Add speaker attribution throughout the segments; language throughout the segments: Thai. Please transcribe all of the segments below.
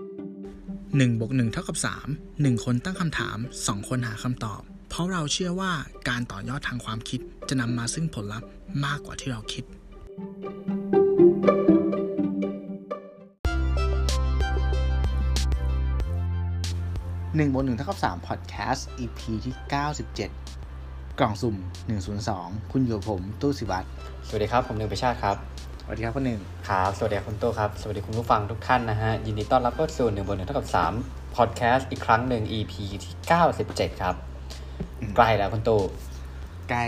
Speaker 1: 1บวก1เท่ากับ3 1 คนตั้งคำถาม 2 คนหาคำตอบ เพราะเราเชื่อว่าการต่อยอดทางความคิดจะนำมาซึ่งผลลัพธ์มากกว่าที่เราคิด 1บวก1เท่ากับ3 Podcast EP ที่ 97 กล่องสุ่ม 102 คุณอยู่กับผมตู้สิวัตร
Speaker 2: สวัสดีครับผมหนึ่งประชาติครับ
Speaker 1: สวัสดีครับคนหนึ่ง
Speaker 2: ครับสวัสดีครับคุณโตครับสวัสดีคุณผู้ฟังทุกท่านนะฮะยินดีต้อนรับเข้าสู่หนึ่งบนหนึ่งเท่ากับสามพอดแคสต์อีกครั้งหนึ่ง EP ที่เก้าสิบเจ็ดครับ
Speaker 1: อืม
Speaker 2: ใกล้แล้วคุณโต
Speaker 1: ใกล้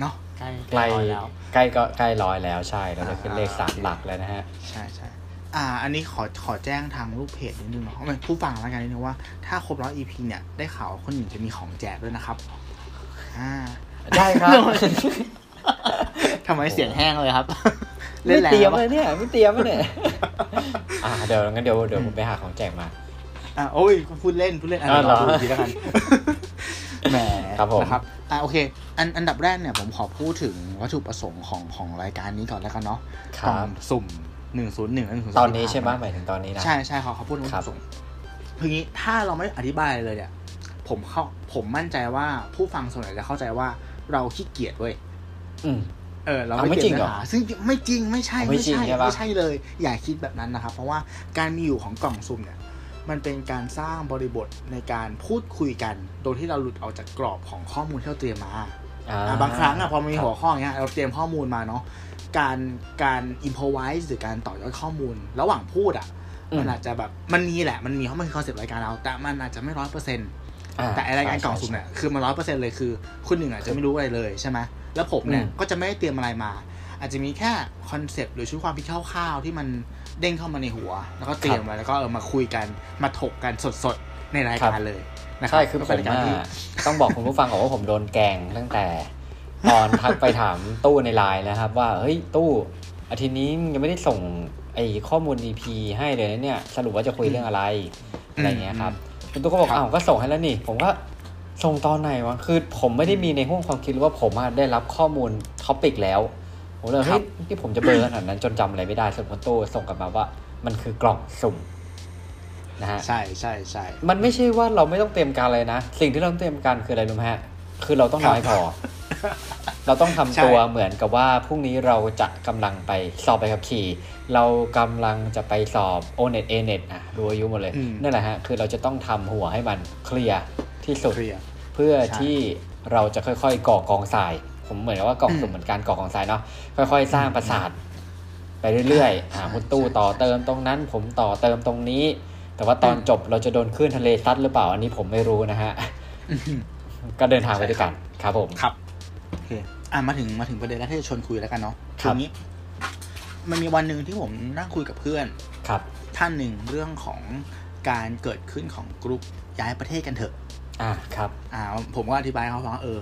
Speaker 1: เนาะ
Speaker 3: ใกล้
Speaker 2: ใกล้
Speaker 3: ร้อยแล้ว
Speaker 2: ใกล้ก็ใกล้ร้อยแล้วใช่เราจะขึ้นเลข
Speaker 1: อ่า
Speaker 2: สามหลักแล้วนะฮะ
Speaker 1: ใช่ใช่อ่า อันนี้ขอ ขอแจ้งทางลูกเพจนิดนึงเนาะไม่ผู้ฟังแล้วกันนิดนึงว่า ถ้าครบร้อย EP เนี่ย ได้ข่าวว่าคนหนึ่งจะมีของแจกด้วยนะครับ อ่า
Speaker 2: ได้ครับ
Speaker 1: ทำไมเสียงแห้งเลยครับ เล่น
Speaker 2: ไม่
Speaker 1: แรง
Speaker 2: เตรียม
Speaker 1: ปะ
Speaker 2: เลยเนี่ยไม่เตรียมเลย เนี่ยอ่าเดี๋ยวงั้นเดี๋ยวเดี๋ยวผมไปหาของแจกมา
Speaker 1: อ่าโอ้ยพูดเล่น พูดเล่น อัน
Speaker 2: อ่าเหร
Speaker 1: เรา
Speaker 2: อ
Speaker 1: ดูอีกทีแล้วกัน แหม
Speaker 2: ครับผม
Speaker 1: นะครับ อ่า โอเค อัน อันดับแรกเนี่ย ผมขอพูดถึงวัตถุประสงค์ของ ของรายการนี้ก่อนแล้วกันเนาะ
Speaker 2: ค
Speaker 1: กล่อ
Speaker 2: รั
Speaker 1: ง
Speaker 2: บ
Speaker 1: สุ่มหนึ่งศูนย์หนึ่งหนึ่งศูนย์
Speaker 2: ตอนนี้ใช่ไหมหมายถึงตอนนี้นะ
Speaker 1: ใช่ใช่เขาเขาพูดว่า
Speaker 2: ครับ
Speaker 1: ส่งคืองี้ถ้าเราไม่อธิบายเลยเนี่ย ผมเข้าผมมั่นใจว่าผู้ฟังส่วนใหญ่จะเข้าใจว่าเราขี้เกียจเว้ย
Speaker 2: อืม
Speaker 1: เออเรา
Speaker 2: เอาไม่
Speaker 1: ไม่
Speaker 2: จ
Speaker 1: เก็บ
Speaker 2: ริงเหร
Speaker 1: เนื้
Speaker 2: อ
Speaker 1: อหาซึ่งไม่จริงไม่ใช่
Speaker 2: เอาไม่
Speaker 1: ไม่
Speaker 2: จริง
Speaker 1: ใช่
Speaker 2: ใช่ปะ
Speaker 1: ไม่ใช่เลย อย่าคิดแบบนั้นนะครับ เพราะว่าการมีอยู่ของกล่องซุ่มเนี่ย มันเป็นการสร้างบริบทในการพูดคุยกัน โดยที่เราหลุดออกจากกรอบของข้อมูลที่เราเตรียมมา
Speaker 2: อ่า
Speaker 1: อ่ะบางครั้งอ่ะพอมี
Speaker 2: ครับ
Speaker 1: หัวข้ออย่างเงี้ยเราเตรียมข้อมูลมาเนาะการการอิมพอไวส์หรือการต่อยอดข้อมูล ระหว่างพูดอ่ะมันอาจจะแบบมันมีแหละมันมีเพราะมันคือคอนเซปต์รายการเรา แต่มันอาจจะไม่ร้อยเปอร์เซ็นต์
Speaker 2: อ่
Speaker 1: แต่ไอ้รายการ
Speaker 2: ใช่
Speaker 1: กล่องสุ่ม
Speaker 2: ใช่
Speaker 1: เนี่ยคือมันร้อยเปอร์เซ็นต์เลยคือคุณหนึ่งอาจจะไม่รู้อะไรเลยใช่ไหมแล้วผมเนี่ย
Speaker 2: อืม
Speaker 1: ก็จะไม่ได้เตรียมอะไรมา อาจจะมีแค่คอนเซปต์หรือชุดความคิดคร่าวๆที่มันเด้งเข้ามาในหัว แล้วก็เตรียมไว้แล้วก็เออมาคุยกันมาถกกันสดๆในรายการเลยนะรับ
Speaker 2: ใช่คือผ
Speaker 1: ก็
Speaker 2: ม
Speaker 1: เป็นรายการ
Speaker 2: อะ
Speaker 1: ที่
Speaker 2: ต้องบอกคุณผู้ฟังก่อน ว่าผมโดนแกล้งตั้งแต่ ตอนทักไปถามตู้ในไลน์นะครับ ว่าเฮ้ยตู้อาทิตย์นี้ยังไม่ได้ส่งไอ้ข้อมูล EP ให้เลยนะเนี่ย สรุปว่าจะคุยเรื่องอะไร
Speaker 1: อืม
Speaker 2: อะไรเงี้ยครับคุณตู้ก็บอก
Speaker 1: ครับ
Speaker 2: อ้าวก็ส่งให้แล้วนี่ ผมก็ส่งตอนไหนวะคือผมไม่ได้มีในห้วงความคิดว่าผมอะได้รับข้อมูลท็อปิกแล้วผมเลยเฮ้ยที่ผมจะเบลอขนาดนั้นจนจำอะไรไม่ได้สรุปคุณตู้ส่งกลับมาว่า มันคือกล่องสุ่มนะฮะ
Speaker 1: ใช่ใช่ใช่
Speaker 2: มันไม่ใช่ว่าเราไม่ต้องเตรียมการเลยนะ สิ่งที่เราต้องเตรียมการคืออะไรรู้ไหมฮะ คือเราต้องน้อยพอ เราต้องทำ
Speaker 1: ใช่
Speaker 2: ตัวเหมือนกับว่าพรุ่งนี้เราจะกำลังไปสอบใบขับขี่ เรากำลังจะไปสอบ o n e t a n e t อ่ะดูอายุหมดเลย
Speaker 1: อืม
Speaker 2: นั่นแหละฮะ คือเราจะต้องทำหัวให้มันเคลียร์ที่สุด
Speaker 1: เคลียร์
Speaker 2: เพื่อ
Speaker 1: ใช่
Speaker 2: ที่เราจะค่อยๆก่อกองทราย ผมเหมือนกับว่าก่อ
Speaker 1: อืม
Speaker 2: สุ่มเหมือนการก่อกองทรายเนาะค่อยๆ สร้างปราสาทไปเรื่อยๆหา
Speaker 1: ใช่
Speaker 2: คุณตู้
Speaker 1: ใช่
Speaker 2: ต่อ
Speaker 1: ใช่
Speaker 2: เติมตรงนั้น ผมต่อเติมตรงนี้ แต่ว่าตอน
Speaker 1: อืม
Speaker 2: จบเราจะโดนคลื่นทะเลซัดหรือเปล่าอันนี้ผมไม่รู้นะฮ ะ ก็เดินทางไปด้วยกันครับผม
Speaker 1: ครับโอเคอ่ะมาถึงมาถึงประเด็นแรกที่จะชวนคุยแล้วกันเนาะ
Speaker 2: ค
Speaker 1: ที
Speaker 2: รับ
Speaker 1: นี้ มันมีวันหนึ่งที่ผมนั่งคุยกับเพื่อน
Speaker 2: ครับ
Speaker 1: ท่านหนึ่งเรื่องของการเกิดขึ้นของกรุ๊ปย้ายประเทศกันเถอะ
Speaker 2: อ่าครับ
Speaker 1: อ่า ผมก็อธิบายให้เขาฟังว่าเออ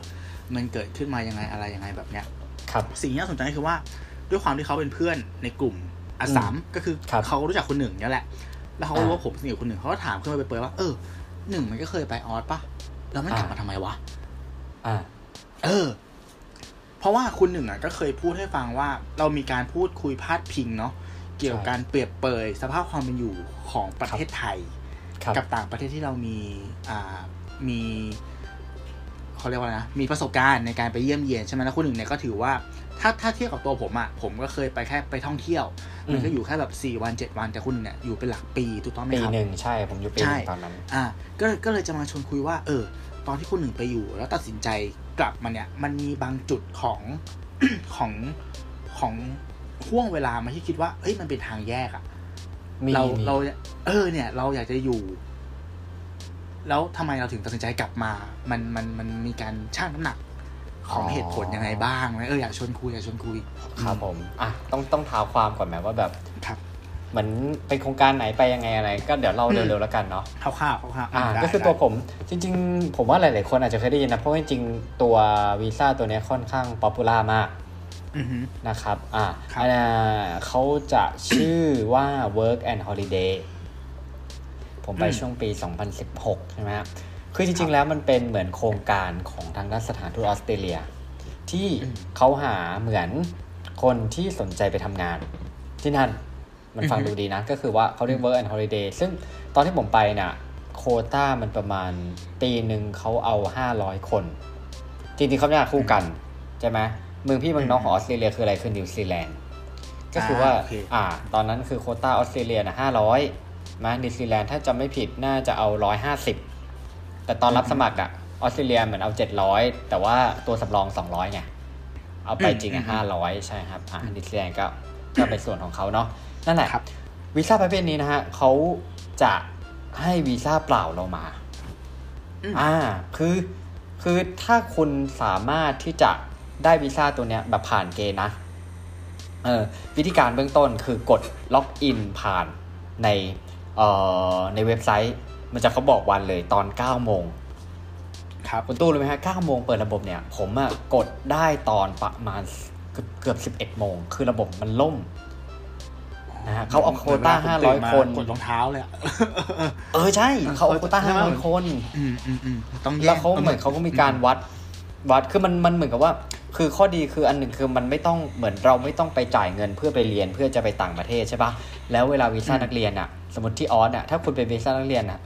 Speaker 1: มันเกิดขึ้นมายังไงอะไรยังไงแบบเนี้ย
Speaker 2: ครับ
Speaker 1: สิ่งที่น่าสนใจคือว่าด้วยความที่เขาเป็นเพื่อนในกลุ่มอัน
Speaker 2: อืม
Speaker 1: สามก็คือ
Speaker 2: ครับ
Speaker 1: เขารู้จักคนหนึ่งเนี่ยแหละ แล้วเขาก็รู้
Speaker 2: อ่า
Speaker 1: ว่าผมสนิทกับคนหนึ่งเขาก็ถามขึ้นมาเปิดๆว่าเออหนึ่งมันก็เคยไปออสปะแล้วมันกลับ
Speaker 2: อ่าม
Speaker 1: มาทำไมวะ
Speaker 2: อ่า
Speaker 1: เออ เพราะว่าคุณหนึ่งอ่ะก็เคยพูดให้ฟังว่า เรามีการพูดคุยพาดพิงเนาะเกี่ยวกับการเปรียบเปยสภาพความเป็นอยู่ของประเทศไทย
Speaker 2: ครับ
Speaker 1: กับต่างประเทศที่เรามีอ่ามีเขาเรียกว่าอะไรนะมีประสบการณ์ในการไปเยี่ยมเยียนใช่ไหมแล้วคุณหนึ่งเนี่ยก็ถือว่า ถ้าถ้าเทียบกับตัวผมอ่ะผมก็เคยไปแค่ไปท่องเที่ยว มันก็
Speaker 2: อืม
Speaker 1: อยู่แค่แบบ4วัน7วันแต่คุณหนึ่งเนี่ยอยู่เป็นหลักปีถูกต้องไหม
Speaker 2: ปี
Speaker 1: ครับ
Speaker 2: หนึ่งใช่ผมอยู่ปีหนึ่ง
Speaker 1: ใช่
Speaker 2: ตอนนั้น
Speaker 1: อ่ะก็ก็เลยจะมาชวนคุยว่า เออ ตอนที่คุณหนึ่งไปอยู่ แล้วตัดสินใจกลับมาเนี่ย มันมีบางจุดของ ของของห่วงเวลามาที่คิดว่าเฮ้ยมันเป็นทางแยกอะ
Speaker 2: มี
Speaker 1: เรา
Speaker 2: มี
Speaker 1: เรา เออ เนี่ย เราอยากจะอยู่ แล้วทำไมเราถึงตัดสินใจกลับมา มันมันมันมีการชั่งน้ำหนัก ของ
Speaker 2: อ๋อ
Speaker 1: เหตุผลยังไงบ้างไหมเอออยากชวนคุยอยากชวนคุย
Speaker 2: ครับผมอ่ะต้องต้องเท้าความก่อนไหมว่าแบบ
Speaker 1: ครับ
Speaker 2: เหมือนเป็นโครงการไหนไปยังไงอะไร ก็เดี๋ยวเล่า
Speaker 1: อืม
Speaker 2: เร็วๆแล้วกันเนาะ
Speaker 1: คร่าวๆคร่าวๆ
Speaker 2: อ่า
Speaker 1: ได้
Speaker 2: ก็คือ
Speaker 1: ได้
Speaker 2: ตัวผมจริง ๆ ผมว่าหลาย ๆ คนอาจจะเคยได้ยินนะ เพราะว่าจริงๆ ตัววีซ่าตัวเนี้ยค่อนข้างป๊อปปูล่ามาก
Speaker 1: อือฮึ
Speaker 2: นะครับอ่า
Speaker 1: ครับ
Speaker 2: อ่าเขาจะชื่อว่า work and holiday ผมไปช่วงปี 2016 ใช่ไหมครับคือจริง ๆ แล้วมันเป็นเหมือนโครงการของทางด้านสถานทูตออสเตรเลีย ที่เขาหาเหมือนคนที่สนใจไปทำงาน ที่นั่นมันฟัง
Speaker 1: อือฮึ
Speaker 2: ดูดีนะ ก็คือว่าเขาเรียก work and holiday ซึ่ง ตอนที่ผมไปน่ะ โควต้ามันประมาณปีหนึ่งเขาเอาห้าร้อยคน จริงๆเขาไม่น่าคู่กัน ใช่ไหมเมืองพี่เมืองน้องของออสเตรเลียคืออะไรคือนิวซีแลนด์ก็คือว่า
Speaker 1: อ่าโอเค
Speaker 2: อ่า ตอนนั้นคือโควต้าออสเตรเลียนะห้าร้อยมานิวซีแลนด์ถ้าจำไม่ผิดน่าจะเอาร้อยห้าสิบแต่ตอนรับสมัครอะออสเตรเลียเหมือนเอาเจ็ดร้อยแต่ว่าตัวสำรองสองร้อยไงเอาไปจริงอะห้าร้อยใช่ครับอ่านิวซีแลนด์ก็ก็เป็นส่วนของเขาเนาะนั่นแหละ
Speaker 1: ครับ
Speaker 2: วีซ่าประเภทนี้นะฮะเขาจะให้วีซ่าเปล่าเรามา
Speaker 1: อืม
Speaker 2: อ่า คือ คือถ้าคุณสามารถที่จะได้วีซ่าตัวเนี้ยแบบผ่านเกณฑ์นะ เออวิธีการเบื้องต้นคือกดล็อกอินผ่านใน เอ่อ ในเว็บไซต์ มันจะเขาบอกวันเลยตอน9โมง
Speaker 1: ครับ
Speaker 2: คุณตู้รู้ไหมฮะ9โมงเปิดระบบเนี่ย ผมอะกดได้ตอนประมาณเกือบเกือบ11โมง คือระบบมันล่ม นะฮะเขาเอาโควต้า
Speaker 1: หมือนเวลณ
Speaker 2: 500คน
Speaker 1: ตื่มากดรองเท้าเลยอะ
Speaker 2: เออใช่
Speaker 1: เออ
Speaker 2: เขาเอาโควต้า
Speaker 1: เขาจะ
Speaker 2: ห้าร้อย
Speaker 1: ใช่ไหม
Speaker 2: คน
Speaker 1: อืมอืมอืมต้องแยก
Speaker 2: แล้วเขาเหมือนเขาก็มีการวัดวัดคือมันมันเหมือนกับว่า คือข้อดีคืออันหนึ่งคือมันไม่ต้องเหมือนเราไม่ต้องไปจ่ายเงินเพื่อไปเรียนเพื่อจะไปต่างประเทศใช่ปะแล้วเวลาวีซ่านักเรียนอะสมมติที่ออสอะถ้าคุณเป็นวีซ่านักเรียนอะ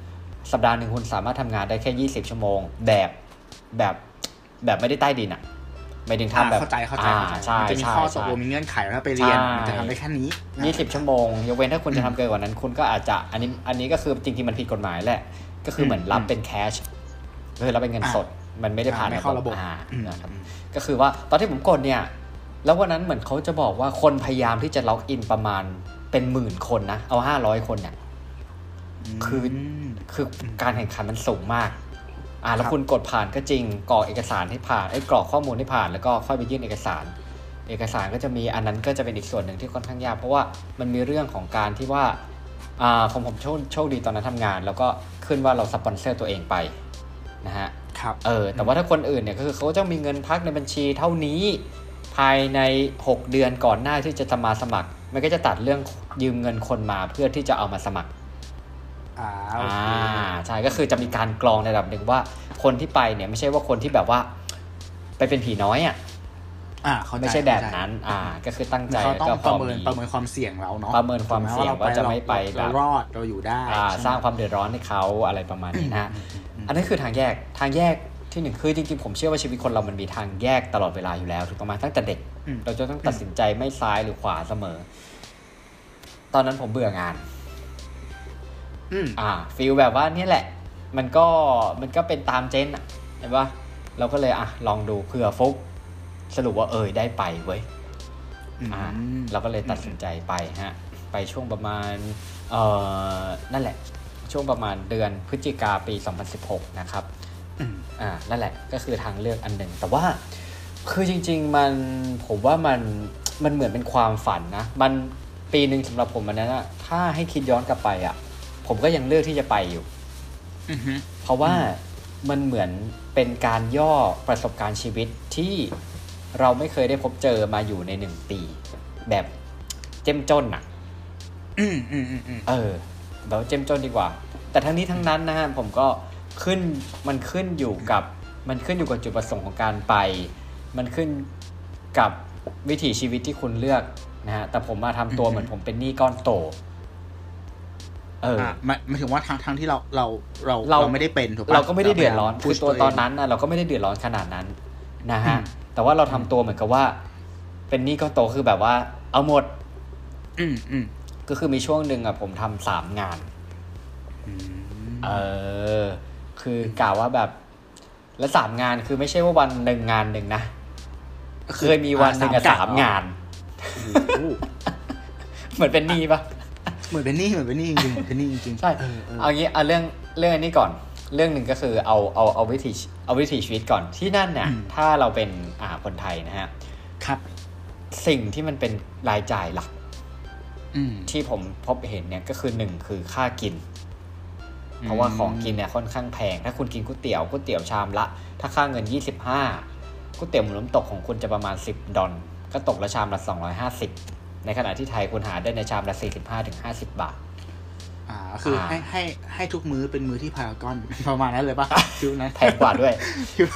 Speaker 2: สัปดาห์หนึ่งคุณสามารถทำงานได้แค่ 20 ชั่วโมง แบบแบบแบบไม่ได้ใต้ดินอะไม่ถึง
Speaker 1: อ่า
Speaker 2: ทำแบบ
Speaker 1: เข้าใจเข้าใจ
Speaker 2: อ่
Speaker 1: เข้าใจ
Speaker 2: ใช่
Speaker 1: มันจะมี
Speaker 2: ใช่
Speaker 1: ข้อตก
Speaker 2: ใช่
Speaker 1: ลงมีเงื่อนไขแล้วไปเรียนมัน
Speaker 2: ใช่
Speaker 1: จะทำได้แค่นี้นะ
Speaker 2: ยี่สิบชั่วโมงยกเว้นถ้าคุณจะทำเกินกว่านั้น คุณก็อาจจะอันนี้อันนี้ก็คือจริงๆมันผิดกฎหมายแหละ ก็คือเหมือนรับเป็นแคชก็คือรับเป็นเงินสด มันไม่ได้ผ่าน
Speaker 1: อ่าไม่เข้าระบบ
Speaker 2: อ่า
Speaker 1: อืม
Speaker 2: นะครับก็คือว่าตอนที่ผมกดเนี่ย แล้ววันนั้นเหมือนเขาจะบอกว่าคนพยายามที่จะล็อกอินประมาณเป็นหมื่นคนนะ เอาห้าร้อยคนเนี่ย คือ
Speaker 1: ม
Speaker 2: คือการแข่งขันมันสูงมาก อ่า แล้
Speaker 1: ค
Speaker 2: ว
Speaker 1: รับ
Speaker 2: คุณกดผ่านก็จริง กรอกเอกสารให้ผ่านไอ้ยกรอกข้อมูลให้ผ่าน แล้วก็ค่อยไปยื่นเอกสาร เอกสารก็จะมีอันนั้นก็จะเป็นอีกส่วนหนึ่งที่ค่อนข้างยาก เพราะว่ามันมีเรื่องของการที่ว่า อ่าของผมโชคโชคดีตอนนั้นทำงาน แล้วก็ขึ้นว่าเราสปอนเซอร์ตัวเองไปนะฮะ
Speaker 1: ครับ
Speaker 2: เออ แต่ว่าถ้าคนอื่นเนี่ยก็คือเขาจะมีเงินพักในบัญชีเท่านี้ ภายใน 6 เดือนก่อนหน้าที่จะมาสมัคร มันก็จะตัดเรื่องยืมเงินคนมาเพื่อที่จะเอามาสมัคร
Speaker 1: อ่าโอ
Speaker 2: อ่า
Speaker 1: เค
Speaker 2: ใช่ก็คือจะมีการกรองในระดับหนึ่งว่าคนที่ไปเนี่ยไม่ใช่ว่าคนที่แบบว่า ไปเป็นผีน้อยอ่ะ
Speaker 1: อ่าเขาใจ
Speaker 2: ไม่ใช่แบบนั้น อ่า ก็คือตั้งใจ
Speaker 1: เขา
Speaker 2: แล้ว
Speaker 1: ต้อง
Speaker 2: ก็
Speaker 1: ป
Speaker 2: พ
Speaker 1: ระ
Speaker 2: อ
Speaker 1: เมิน
Speaker 2: มี
Speaker 1: ประเมินความเสี่ยงเราเนาะ
Speaker 2: ประเมินความเสี่ยง
Speaker 1: ถูกห
Speaker 2: ว่าจะไม่ไป
Speaker 1: เรา
Speaker 2: แบบ
Speaker 1: รอดเราอยู่ได้
Speaker 2: อ่า
Speaker 1: ใช่ไหม
Speaker 2: สร้างความเดือดร้อนให้เขาอะไรประมาณนี้นะฮะ
Speaker 1: อืม
Speaker 2: อันนั้นคือทางแยกทางแยกที่หนึ่งคือจริงๆผมเชื่อว่าชีวิตคนเรามันมีทางแยกตลอดเวลาอยู่แล้วถูกต้องไหมตั้งแต่เด็ก
Speaker 1: อืม
Speaker 2: เราจะต้องตัดสินใจไม่ซ้ายหรือขวาเสมอ ตอนนั้นผมเบื่องาน
Speaker 1: อืม
Speaker 2: อ่าฟีลแบบว่าเนี่ยแหละ มันก็มันก็เป็นตามเจนอะเห็นปะเราก็เลยอ่ะลองดูเผื่อฟุก สรุปว่าเอยได้ไปเว้ยอ่าเราก็เลยตัดสินใจไปฮะ ไปช่วงประมาณเอ่อนั่นแหละ ช่วงประมาณเดือนพฤศจิกาปี 2016 นะครับ
Speaker 1: อืม
Speaker 2: อ่านั่นแหละก็คือทางเลือกอันหนึ่งแต่ว่าคือจริง ๆ มันผมว่ามันมันเหมือนเป็นความฝันนะ มันปีหนึ่งสำหรับผมอันนั้นอะถ้าให้คิดย้อนกลับไปอะผมก็ยังเลือกที่จะไปอยู่
Speaker 1: อือฮึ
Speaker 2: เพราะว่ามันเหมือนเป็นการย่อประสบการณ์ชีวิตที่เราไม่เคยได้พบเจอมาอยู่ในหนึ่งปี แบบเจ้มจนอะ
Speaker 1: อืมอืมอืมอืม
Speaker 2: เออแบบเจ้มจนดีกว่า แต่ทั้งนี้ทั้งนั้นนะฮะผมก็ขึ้นมันขึ้นอยู่กับมันขึ้นอยู่กับจุดประสงค์ของการไป มันขึ้นกับวิถีชีวิตที่คุณเลือกนะฮะแต่ผมมาทำตัว
Speaker 1: อืม
Speaker 2: เหมือนผมเป็นหนี้ก้อนโต เออ
Speaker 1: อ่ะหมายหมายถึงว่าทางทางที่เราเราเรา
Speaker 2: เรา
Speaker 1: เราไม่ได้เป็นถูกปะ
Speaker 2: เราก็ไม่ได้เดือดร้อน
Speaker 1: พยายาม
Speaker 2: คือ
Speaker 1: push
Speaker 2: ตัว
Speaker 1: เง
Speaker 2: ตอนนั้นนะเราก็ไม่ได้เดือดร้อนขนาดนั้นนะ
Speaker 1: อื
Speaker 2: ฮะ
Speaker 1: ม
Speaker 2: แต่ว่าเราทำตัวเหมือนกับว่า เป็นหนี้ก้อนโตคือแบบว่า เอาหมด
Speaker 1: อืมอืม
Speaker 2: ก็คือมีช่วงหนึ่งอ่ะผมทำสามงาน
Speaker 1: อืม
Speaker 2: เออ คือกล่าวว่าแบบ แล้วสามงานคือไม่ใช่ว่าวันหนึ่งงานหนึ่งนะ เคยมีวันหนึ่งอะสามงาน
Speaker 1: โอ้โห
Speaker 2: เหมือนเป็นหนี้ปะ
Speaker 1: เหมือนเป็นหนี่เหมือนเป็นหนี่จริงๆเหมือนเป็นหนี่จริงๆ
Speaker 2: ใช่
Speaker 1: เออเออ
Speaker 2: เอางี้เอาเรื่องเรื่องอันนี้ก่อน เรื่องหนึ่งก็คือเอาเอาเอาวิถีเอาวิถีชีวิตก่อนที่นั่นเนี่ยถ้าเราเป็นอ่าคนไทยนะฮะ
Speaker 1: ครับ
Speaker 2: สิ่งที่มันเป็นรายจ่ายหลัก
Speaker 1: อืม
Speaker 2: ที่ผมพบเห็นเนี่ยก็คือหนึ่งคือค่ากิน
Speaker 1: อืม
Speaker 2: เพราะว่าของกินเนี่ยค่อนข้างแพง ถ้าคุณกินก๋วยเตี๋ยวก๋วยเตี๋ยวชามละ ถ้าค่าเงิน 25ก๋วยเตี๋ยวหมูน้ำตกของคุณจะประมาณ 10 ดอลก็ตกละชามละ 250 ในขณะที่ไทยคุณหาได้ในชามละ 45-50 บาท
Speaker 1: อ่าคืออา ให้ให้ให้ทุกมื้อเป็นมื้อที่พารากอน ประมาณนั้นเลยป่ะคิวนั้น
Speaker 2: แพงกว่าด้วย
Speaker 1: คิว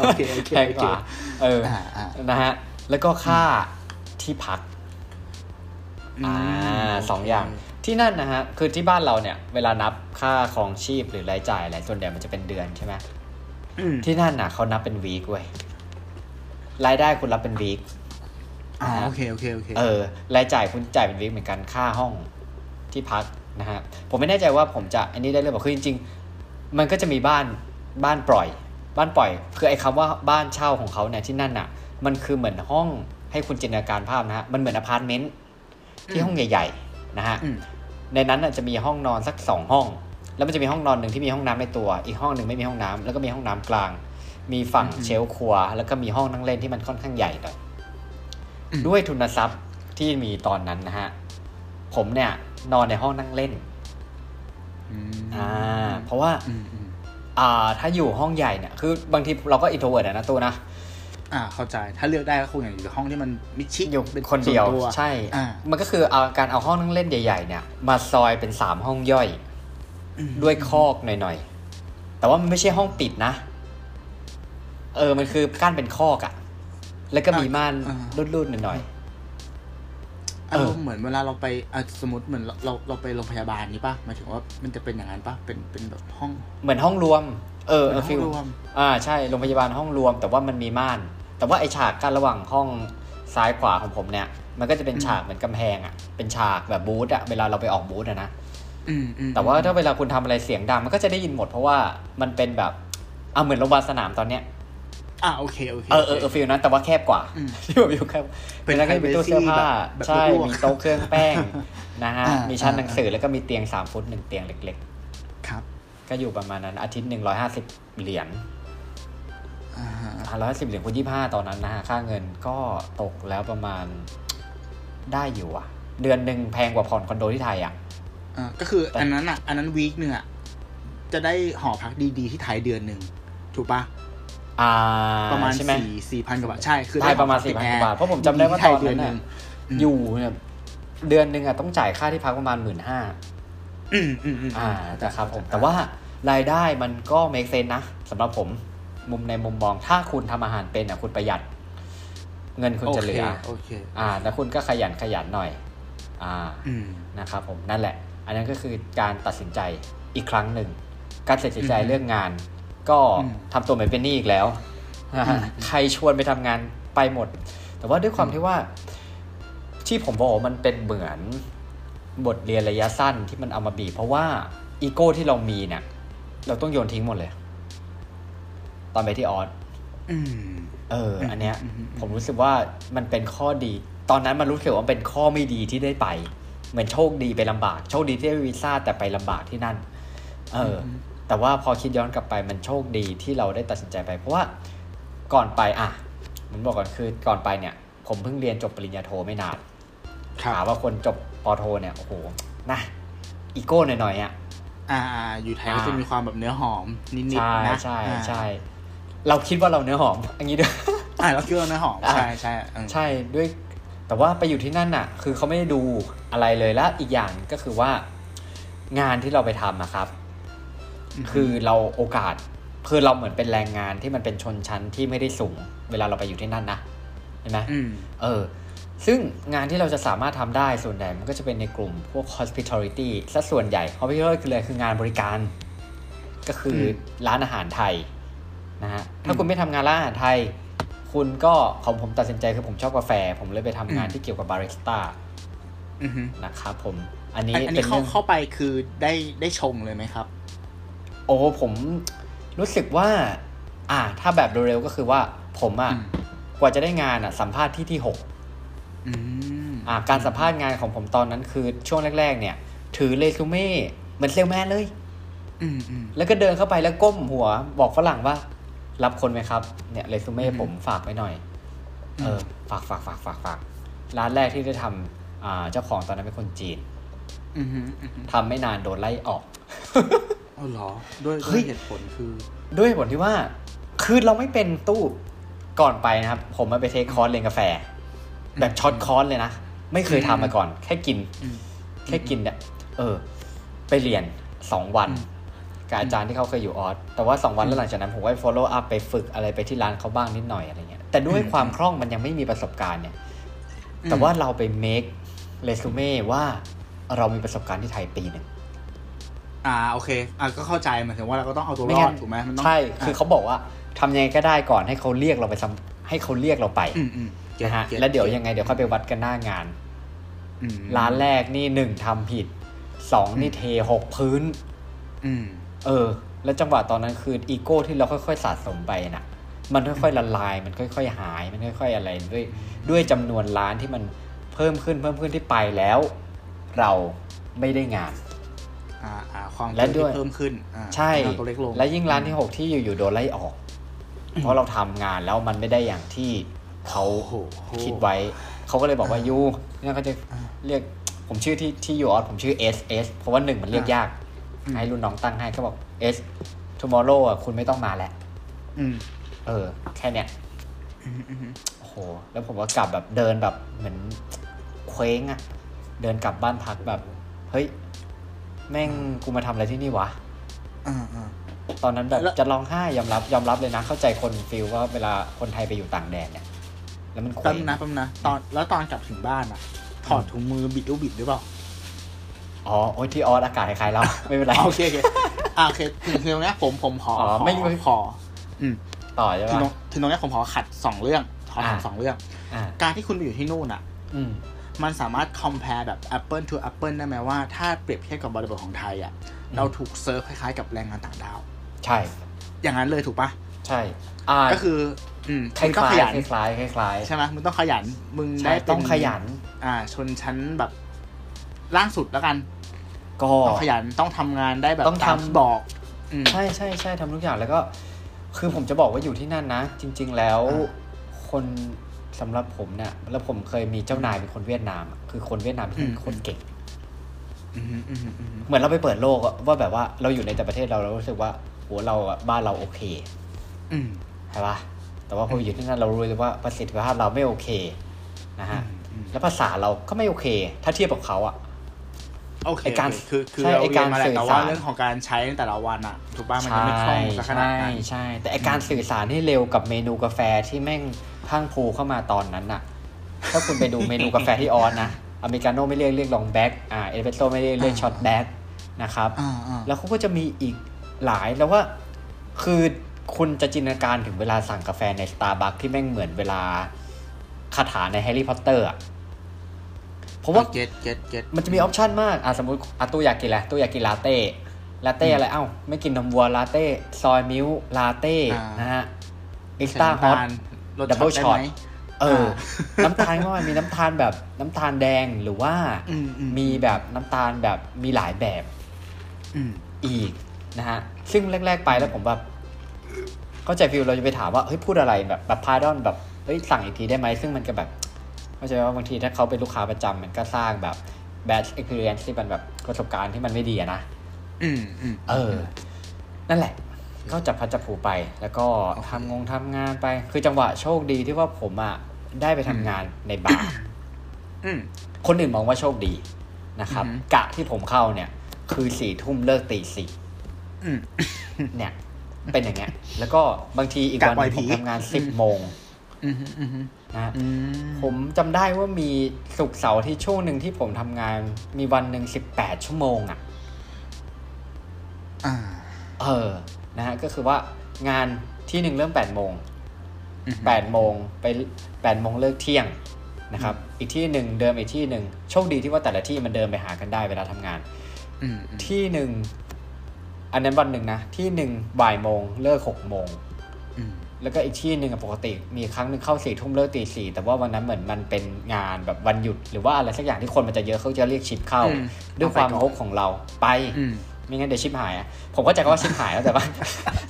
Speaker 1: โอเคโอเค
Speaker 2: แพง
Speaker 1: โอก เค
Speaker 2: ว่าเอ อ
Speaker 1: อ่าอ่า
Speaker 2: นะฮะแล้วก็ค่าที่พัก
Speaker 1: อืม
Speaker 2: อ่าสองอย่าง ที่นั่นนะฮะคือที่บ้านเราเนี่ย เวลานับค่าครองชีพหรือรายจ่ายอะไรส่วนใหญ่มันจะเป็นเดือนใช่ไหม
Speaker 1: อืม
Speaker 2: ที่นั่นน่ะเขานับเป็นวีคเว้ยรายได้คุณรับเป็นวีค
Speaker 1: อ๋อโอเคโอเคโอเค
Speaker 2: เออรายจ่ายคุณจ่ายเป็นวิกเหมือนกันค่าห้องที่พักนะฮะผมไม่แน่ใจว่าผมจะอันนี้ได้หรือเปล่าคือจริง ๆ มันก็จะมีบ้านบ้านปล่อย บ้านปล่อย คือไอ้คำว่าบ้านเช่าของเขาเนี่ยที่นั่นน่ะ มันคือเหมือนห้องให้คุณจินตนาการภาพนะฮะมันเหมือนอพาร์ตเมนต์ที่ห้องใหญ่ๆนะฮะ
Speaker 1: อืม
Speaker 2: ในนั้นน่ะจะมีห้องนอนสักสองห้อง แล้วมันจะมีห้องนอนหนึ่งที่มีห้องน้ำในตัว อีกห้องหนึ่งไม่มีห้องน้ำแล้วก็มีห้องน้ำกลาง มีฝั่งเชลฟ์ครัว แล้วก็มีห้องนั่งเล่นที่มันค่อนข้างใหญ่หน่อย ด้วยทุนทรัพย์ที่มีตอนนั้นนะฮะ ผมเนี่ยนอนในห้องนั่งเล่น
Speaker 1: อืม
Speaker 2: อ่า เพราะว่า
Speaker 1: อืมอืม
Speaker 2: อ่า ถ้าอยู่ห้องใหญ่เนี่ย คือบางทีเราก็อินโทรเวิร์ดนะตัวนะ
Speaker 1: อ่า เข้าใจถ้าเลือกได้ก็คงอย่างอยู่ห้องที่มันมิดชิด
Speaker 2: อยู่
Speaker 1: เป็น
Speaker 2: คนเดียว
Speaker 1: ส่ตั
Speaker 2: ใช่
Speaker 1: อ่า
Speaker 2: มันก็คือเอาการเอาห้องนั่งเล่นใหญ่ ๆ เนี่ย มาซอยเป็นสามห้องย่อย
Speaker 1: อืม
Speaker 2: ด้วยคอกหน่อยๆ แต่ว่ามันไม่ใช่ห้องปิดนะ เออ มันคือกั้นเป็นคอกอะ แล้วก็มีม่าน
Speaker 1: อ่า
Speaker 2: รูดๆหน่อย
Speaker 1: อารมณ์เหมือนเวลาเราไปอ่ะสมมติเหมือนเราเราเราไปโรงพยาบาลนี้ป่ะหมายถึงว่ามันจะเป็นอย่างนั้นป่ะเป็นเป็นแบบห้อง
Speaker 2: ๆ เหมือนห้องรวม เออเอ
Speaker 1: เป็นห้
Speaker 2: อฟิ
Speaker 1: อง
Speaker 2: ล
Speaker 1: รวม
Speaker 2: อ่าใช่โรงพยาบาลห้องรวม แต่ว่ามันมีม่าน แต่ว่าไอฉากกั้นระหว่างห้องซ้ายขวาของผมเนี่ย มันก็จะเป็น
Speaker 1: อืม
Speaker 2: ฉากเหมือนกำแพงอะ่ะเป็นฉากแบบบูธอะ่ะเวลาเราไปออกบูธอะนะ
Speaker 1: อืมอืม
Speaker 2: แต่ว่าถ้าเวลาคุณทำอะไรเสียงดังมันก็จะได้ยินหมดเพราะว่ามันเป็นแบบอ่าเหมือนโรงพยาบาลสนามตอนเนี้ย
Speaker 1: อ่าโอเคโอเค
Speaker 2: เออเออเออฟิลนั้นแต่ว่าแคบกว่า
Speaker 1: อืม
Speaker 2: ที่ผมอยู่แคบ
Speaker 1: เป็น
Speaker 2: แล้วก็มีตู้เสื้อผ้า
Speaker 1: privacy แบบแบบ
Speaker 2: ใช่
Speaker 1: ลวกๆ
Speaker 2: มีโต๊ะเครื่องแป้ง นะฮะ
Speaker 1: อ่า
Speaker 2: มีชั้น
Speaker 1: อ่า
Speaker 2: หนังสือแล้วก็มีเตียงสามฟุตหนึ่งเตียงเล็ก
Speaker 1: ครับ
Speaker 2: ๆ ก็อยู่ประมาณนั้นอาทิตย์หนึ่งร้อยห้าสิบเหรียญ
Speaker 1: อ่าฮะ
Speaker 2: ร้อยสิบเหรียญคูณยี่ห้าตอนนั้นนะฮะ ค่าเงินก็ตกแล้วประมาณ ได้อยู่อะเดือนหนึ่งแพงกว่าผ่อนคอนโดที่ไทยอะ
Speaker 1: อ่าก็คืออันนั้นอ่ะ อันนั้นวีคหนึ่งอ่ะจะได้หอพักดีๆที่ไทยเดือนหนึ่งถูกป่ะ
Speaker 2: อ่า
Speaker 1: ประมาณ
Speaker 2: ใช่ไหม
Speaker 1: สี่สี่พันกว่าบาทใช่คือ
Speaker 2: ไทยประมาณ
Speaker 1: หอพัก
Speaker 2: สี่พัน
Speaker 1: ติดแอ
Speaker 2: กว่าบาท เพราะผมจำได้ว่าต
Speaker 1: ที่ไท
Speaker 2: อน
Speaker 1: ยเดื
Speaker 2: นั้
Speaker 1: ห
Speaker 2: นอะ
Speaker 1: ง อืม
Speaker 2: อยู่เนี่ยเดือนหนึ่งอะต้องจ่ายค่าที่พักประมาณหมื่นห้า
Speaker 1: อืมอืมอืม
Speaker 2: อ่านะครับผม แต่ว่ารายได้มันก็ make sense นะสำหรับผมมุมในมุมมองถ้าคุณทำอาหารเป็นอะคุณประหยัด เงินคุณจะเหลือ
Speaker 1: โอเคโอเค
Speaker 2: อ่า แล้วคุณก็ขยันขยันหน่อย อ่า
Speaker 1: อืม
Speaker 2: นะครับผมนั่นแหละ อันนั้นก็คือการตัดสินใจอีกครั้งหนึ่ง การตัดสินใจ
Speaker 1: อืม
Speaker 2: เรื่องงาน ก็
Speaker 1: อืม
Speaker 2: ทำตัวเหมือนเป็นหนี้อีกแล้วนะฮะ
Speaker 1: อืม
Speaker 2: ใครชวนไปทำงานไปหมด แต่ว่าด้วยความที่ว่า ที่ผมบอกว่ามันเป็นเหมือนบทเรียนระยะสั้นที่มันเอามาบีบเพราะว่าอีโก้ที่เรามีเนี่ย เราต้องโยนทิ้งหมดเลย ตอนไปที่ออส
Speaker 1: อืม
Speaker 2: เออ อันเนี้ย
Speaker 1: อืมอืมอืม
Speaker 2: ผมรู้สึกว่ามันเป็นข้อดี ตอนนั้นมันรู้สึกว่าเป็นข้อไม่ดีที่ได้ไป เหมือนโชคดีไปลำบาก โชคดีที่ได้วีซ่าแต่ไปลำบากที่นั่น เอออ แต่ว่าพอคิดย้อนกลับไปมันโชคดีที่เราได้ตัดสินใจไป เพราะว่าก่อนไปอ่ะผมบอกก่อนคือก่อนไปเนี่ย ผมเพิ่งเรียนจบปริญญาโทไม่นาน
Speaker 1: ครั
Speaker 2: ถาม
Speaker 1: บ
Speaker 2: ว่าคนจบปอโทเนี่ยโอ้โหนะอีโก้หน่อยๆอ่ะ
Speaker 1: อ่าอ่าอยู่ไทยก็จะมีความแบบเนื้อหอมนิดๆ
Speaker 2: ใช่
Speaker 1: นะ
Speaker 2: ใช่
Speaker 1: อ่า
Speaker 2: ใช่เราคิดว่าเราเนื้อหอม อย่างนี้ด้วย
Speaker 1: อ่าเราคิดว่าเนื้อหอม
Speaker 2: อ่ะ
Speaker 1: ใช่ใช่เออ
Speaker 2: ใช่ด้วยแต่ว่าไปอยู่ที่นั่นน่ะ คือเขาไม่ได้ดูอะไรเลยและอีกอย่างก็คือว่างานที่เราไปทำอะครับ
Speaker 1: ม
Speaker 2: คือเราโอกาสคือเราเหมือนเป็นแรงงานที่มันเป็นชนชั้นที่ไม่ได้สูง เวลาเราไปอยู่ที่นั่นนะเห็นไหม
Speaker 1: ม
Speaker 2: เออ ซึ่งงานที่เราจะสามารถทำได้ส่วนใหญ่มันก็จะเป็นในกลุ่มพวก hospitality ซะส่วนใหญ่ hospitality คืออะไรคืองานบริการ ก็คืออร้านอาหารไทยนะฮะถ้าคุณไม่ทำงานร้านอาหารไทย คุณก็ของผมตัดสินใจคือผมชอบกาแฟ ผมเลยไปทำงานที่เกี่ยวกับบาริสต้า
Speaker 1: อือฮึ
Speaker 2: นะครับผมอันนี้
Speaker 1: อันอัน
Speaker 2: เป็
Speaker 1: นี้
Speaker 2: น
Speaker 1: เข้า
Speaker 2: เรื่อง
Speaker 1: เข้าไปคือได้ได้ชงเลยไหมครับ
Speaker 2: โอ้ผมรู้สึกว่า อ่า ถ้าแบบเร็วๆก็คือว่าผมอ่ะ
Speaker 1: อืม
Speaker 2: กว่าจะได้งานอ่ะสัมภาษณ์ที่ที่หก
Speaker 1: อืม
Speaker 2: อ่าการสัมภาษณ์งานของผมตอนนั้นคือช่วงแรก ๆ เนี่ย ถือเรซูเม่เหมือนเซลแมนเลย
Speaker 1: อืมอืม
Speaker 2: แล้วก็เดินเข้าไปแล้วก้มหัว บอกฝรั่งว่า รับคนไหมครับเนี่ยเรซูเม่
Speaker 1: อืม
Speaker 2: ผมฝากไว้หน่อย
Speaker 1: อืม
Speaker 2: เออฝากฝากฝากฝากฝากร้านแรกที่ได้ทำอ่าเจ้าของตอนนั้นเป็นคนจีน
Speaker 1: อืมอืมอืม
Speaker 2: ทำไม่นานโดนไล่ออก
Speaker 1: อ๋อเหรอด้วยด้ว
Speaker 2: เฮ้
Speaker 1: ย ยเหตุผลคือ
Speaker 2: ด้วยเหตุผลที่ว่าคือเราไม่เป็นตู้ก่อนไปนะครับ ผมมาไปเทคคอร์สเรียนกาแฟ แบบช็อตคอร์สเลยนะ ไม่เคยทำมาก่อน แค่กิน
Speaker 1: อืม
Speaker 2: แค่กินเนี่ยเออ ไปเรียนสองวัน
Speaker 1: อืม
Speaker 2: กับอาจารย์ที่เขาเคยอยู่ออสแต่ว่าสองวันแล้วหลังจากนั้นผมก็ไป follow up ไปฝึกอะไรไปที่ร้านเขาบ้างนิดหน่อยอะไรเงี้ยแต่ด้วยความคล่องมันยังไม่มีประสบการณ์เนี่ย แต่ว่าเราไป make resume ว่า เ เรามีประสบการณ์ที่ไทยปีหนึ่ง
Speaker 1: อ่าโอเคอ่ะก็เข้าใจหมายถึงว่าเราก็ต้องเอาตัวร
Speaker 2: ไม่
Speaker 1: อ
Speaker 2: งั้
Speaker 1: ด
Speaker 2: น
Speaker 1: ถูกไหมมันต้อง
Speaker 2: ใช่ คือเขาบอกว่าทำยังไงก็ได้ก่อนให้เขาเรียกเราไปทำให้เขาเรียกเราไป
Speaker 1: อืมอืมเก็ต
Speaker 2: นะฮะ
Speaker 1: ก็ต
Speaker 2: แล้วเดี๋ยวยังไงเดี๋ยวค่อยไปวัดกันหน้างาน
Speaker 1: อืม
Speaker 2: ร้านแรกนี่หนึ่งทำผิดสองนี่เทหกพื้น
Speaker 1: อืม
Speaker 2: เออ แล้วจังหวะตอนนั้นคืออีโก้ที่เราค่อยๆสะสมไปน่ะ มันค่อยๆละลาย มันค่อยๆหาย มันค่อย ๆอะไรด้วยด้วยจำนวนร้านที่มันเพิ่มขึ้นเพิ่มขึ้นที่ไปแล้ว เราไม่ได้งาน
Speaker 1: อ่าอ่าความ
Speaker 2: และด้วย
Speaker 1: เพิ่มขึ้นอ่า
Speaker 2: ใช่
Speaker 1: ห้เราตัวเล็กลง
Speaker 2: และยิ่งร้านที่หกที่อยู่ๆโดนไล่ออก เพราะเราทำงานแล้วมันไม่ได้อย่างที่เขา
Speaker 1: โอ้โห
Speaker 2: คิดไว้ เขาก็เลยบอกว่ายูเนี่ยเขาจะ
Speaker 1: อ่า
Speaker 2: เรียกผมชื่อที่ที่ยูออสผมชื่อ S S เพราะว่าหนึ่งมันเรียก
Speaker 1: อ่าย
Speaker 2: ยาก
Speaker 1: อืม
Speaker 2: ให้รุ่นน้องตั้งให้ก็บอก S tomorrow อ่ะคุณไม่ต้องมาแล้ว
Speaker 1: อืม
Speaker 2: เออ แค่เนี้ย
Speaker 1: อืมอืมอืม
Speaker 2: โอ้โห แล้วผมก็กลับแบบเดินแบบเหมือนเคว้งอะเดินกลับบ้านพักแบบ เฮ้ย แม่งกูมาทำอะไรที่นี่วะ
Speaker 1: อ่าอ่า
Speaker 2: ตอนนั้นแบบ
Speaker 1: แล้ว
Speaker 2: จะร้องไห้ยอมรับยอมรับเลยนะ เข้าใจคนฟิลว่าเวลาคนไทยไปอยู่ต่างแดนเนี่ย แล้วมันเค
Speaker 1: แป๊
Speaker 2: ว้
Speaker 1: บ
Speaker 2: ง
Speaker 1: นะแป๊บนะตอนแล้วตอนกลับถึงบ้านอ่ะ ถอดถุงมือบิดลูกบิดหรือเปล่า
Speaker 2: อ๋อโอ้ยที่ออสอากาศคล้ายๆเรา ไม่เป็นไร
Speaker 1: อ่าโอเคโอเคอ่าโอเคถึงตรงเนี้ยผมผมขอ
Speaker 2: อ๋อ
Speaker 1: ขอ
Speaker 2: ไม่ไม่
Speaker 1: ขออืม
Speaker 2: ต่อใช่
Speaker 1: ถึงตร
Speaker 2: ปะ
Speaker 1: งถึงตรงเนี้ยผมขอขัดสองเรื่องขอถาม
Speaker 2: อ่า
Speaker 1: สองเรื่อง
Speaker 2: อ่า
Speaker 1: การที่คุณไปอยู่ที่นู่นอ่ะ
Speaker 2: อืม
Speaker 1: มันสามารถ compare แบบ Apple to Apple ได้ไหมว่าถ้าเปรียบเทียบกับบริบทของไทยอ่ะ
Speaker 2: ม
Speaker 1: เราถูกเซิร์ฟคล้ายๆกับแรงงานต่างดาว
Speaker 2: ใช่
Speaker 1: อย่างนั้นเลยถูกปะ
Speaker 2: ใช่อ่า
Speaker 1: ก็คือ อืม
Speaker 2: ค
Speaker 1: มึง
Speaker 2: ล้ายๆ
Speaker 1: ต้องขยัน
Speaker 2: คล้ายๆคล้ายๆ
Speaker 1: ใช่ไหมมึงต้องขยันมึง
Speaker 2: ใช่
Speaker 1: ได้เป็น
Speaker 2: ต้องขยัน
Speaker 1: อ่า ชนชั้นแบบล่างสุดแล้วกัน
Speaker 2: ก็
Speaker 1: ต้องขยันต้องทำงานได้แบบ
Speaker 2: ต้อง
Speaker 1: ตาม
Speaker 2: ทำ
Speaker 1: ที่บอก อืม
Speaker 2: ใช่ใช่ใช่ทำทุกอย่างแล้วก็ คือผมจะบอกว่าอยู่ที่นั่นนะ จริง ๆ แล้ว
Speaker 1: อ่า
Speaker 2: คนสำหรับผมเนี่ยแล้วผมเคยมีเจ้านายเป็นคนเวียดนามอะคือคนเวียดนามที่เป็นคนเก่ง
Speaker 1: อืมอืมอืมอืม
Speaker 2: เหมือนเราไปเปิดโลกอะว่าแบบว่าเราอยู่ในแต่ประเทศเราเรารู้สึกว่าโหเราอะบ้านเราโอเค
Speaker 1: อืม
Speaker 2: ใช่ปะแต่ว่าพอไปอยู่ที่นั่นเรารู้เลยว่าประสิทธิภาพเราไม่โอเคนะฮะ
Speaker 1: อืม
Speaker 2: และภาษาเราก็ไม่โอเค ถ้าเทียบกับเขาอะ
Speaker 1: โอเค
Speaker 2: ไอ้การ
Speaker 1: โอเคคือคือ
Speaker 2: ใช่
Speaker 1: เรา
Speaker 2: ไอ้
Speaker 1: เรีย
Speaker 2: การ
Speaker 1: นมาแหละ
Speaker 2: สื่อ
Speaker 1: แต่ว่า
Speaker 2: สาร
Speaker 1: เรื่องของการใช้ในแต่ละวันอ่ะ ถูกป่ะมันยังไม่คล่องสักขนาด
Speaker 2: ใช่
Speaker 1: นั้น
Speaker 2: ใช่ แต่ไอการสื่อสารที่เร็วกับเมนูกาแฟที่แม่งพังพรูเข้ามาตอนนั้นน่ะ ถ้าคุณไปดูเมนูกาแฟที่ออนนะอเมริกาโน่ไม่เรียกเรียกลองแบ็กอ่าเอสเปรสโซ่ไม่เรียกเรียกช็อตแบ็กนะครับ
Speaker 1: อ่าอ่า
Speaker 2: แล้วเขาก็จะมีอีกหลายแล้วว่า คือคุณจะจินตนาการถึงเวลาสั่งกาแฟในสตาร์บัคที่แม่งเหมือนเวลาคาถาในแฮร์รี่พอตเตอร์อ่ะเพราะว่า
Speaker 1: เก็ตเก็ตเก็ต
Speaker 2: มันจะมีออปชันมากอ่ะสมมติอาตู้อยากกินอะไรตู้อยากกินลาเต้ลาเต้อะไรเอ้า ไม่กินนมวัวลาเต้ซอยมิลลาเต้
Speaker 1: อ่าน
Speaker 2: นะฮะอิส
Speaker 1: ใส่
Speaker 2: ตาฮ
Speaker 1: น้ำ
Speaker 2: อต
Speaker 1: ตาลรส
Speaker 2: double
Speaker 1: ช็อต
Speaker 2: shot
Speaker 1: ได้ไหม
Speaker 2: เออ
Speaker 1: อ่า
Speaker 2: น้ำตาลก็มีน้ำตาลแบบน้ำตาลแดงหรือว่า
Speaker 1: อืมอื
Speaker 2: มีแบบน้ำตาลแบบมีหลายแบบ
Speaker 1: อืม
Speaker 2: อีกนะฮะ ซึ่งแรก ๆ ไปแล้วผมแบบเข้าใจฟิลเราจะไปถามว่าเฮ้ยพูดอะไรแบบแบบพาดอนแบบเฮ้ยสั่งอีกทีได้ไหมซึ่งมันก็แบบ เข้าใจว่าบางทีถ้าเขาเป็นลูกค้าประจำมันก็สร้างแบบ bad experience ที่มันแบบประสบการณ์ที่มันไม่ดีอะนะ
Speaker 1: อืมอืม
Speaker 2: เออ นั่นแหละ ก็จับพัดจับผูไป แล้วก็
Speaker 1: โอเค
Speaker 2: ทำงงทำงานไป คือจังหวะโชคดีที่ว่าผมอ่ะได้ไปทำงานในบาร์
Speaker 1: อืม
Speaker 2: คนอื่นมองว่าโชคดีนะครับ
Speaker 1: อือหือ
Speaker 2: กะที่ผมเข้าเนี่ย คือสี่ทุ่มเลิกตีสี่
Speaker 1: อืม
Speaker 2: เนี่ย เป็นอย่างเงี้ย แล้วก็บางทีอีกวัน
Speaker 1: กะปล่อย
Speaker 2: ผ
Speaker 1: ผี
Speaker 2: มทำงาน
Speaker 1: อืม
Speaker 2: สิบโมง
Speaker 1: อืมอืมอืม
Speaker 2: นะฮะ
Speaker 1: อื
Speaker 2: ผมจำได้ว่ามีสุกร์เสาร์ที่ช่วงหนึ่งที่ผมทำงานมีวันหนึ่งสิบแปดชั่วโมงอ่ะ
Speaker 1: อ่า
Speaker 2: เออ นะฮะ ก็คือว่างานที่หนึ่งเริ่มแปดโมง
Speaker 1: อืม
Speaker 2: แปดโมงไปแปดโมงเลิกเที่ยงนะครับ อีกที่หนึ่งเดิมอีกที่หนึ่งโชคดีที่ว่าแต่ละที่มันเดินไปหากันได้เวลาทำงาน
Speaker 1: อืมอืม
Speaker 2: ที่หนึ่งอันนั้นวันหนึ่งนะ ที่หนึ่งบ่ายโมงเลิกหกโมง
Speaker 1: อืม
Speaker 2: แล้วก็อีกที่หนึ่งอะปกติมีครั้งหนึ่งเข้าสี่ทุ่มเลิกตีสี่แต่ว่าวันนั้นเหมือนมันเป็นงานแบบวันหยุด หรือว่าอะไรสักอย่างที่คนมันจะเยอะเขาจะเรียกชิปเข้า
Speaker 1: อืม
Speaker 2: ด้วยความงกของเราไป
Speaker 1: อืม
Speaker 2: ไม่งั้นเดี๋ยวชิปหายอะผมก็จะว่าชิปหายแล้วแต่ว่า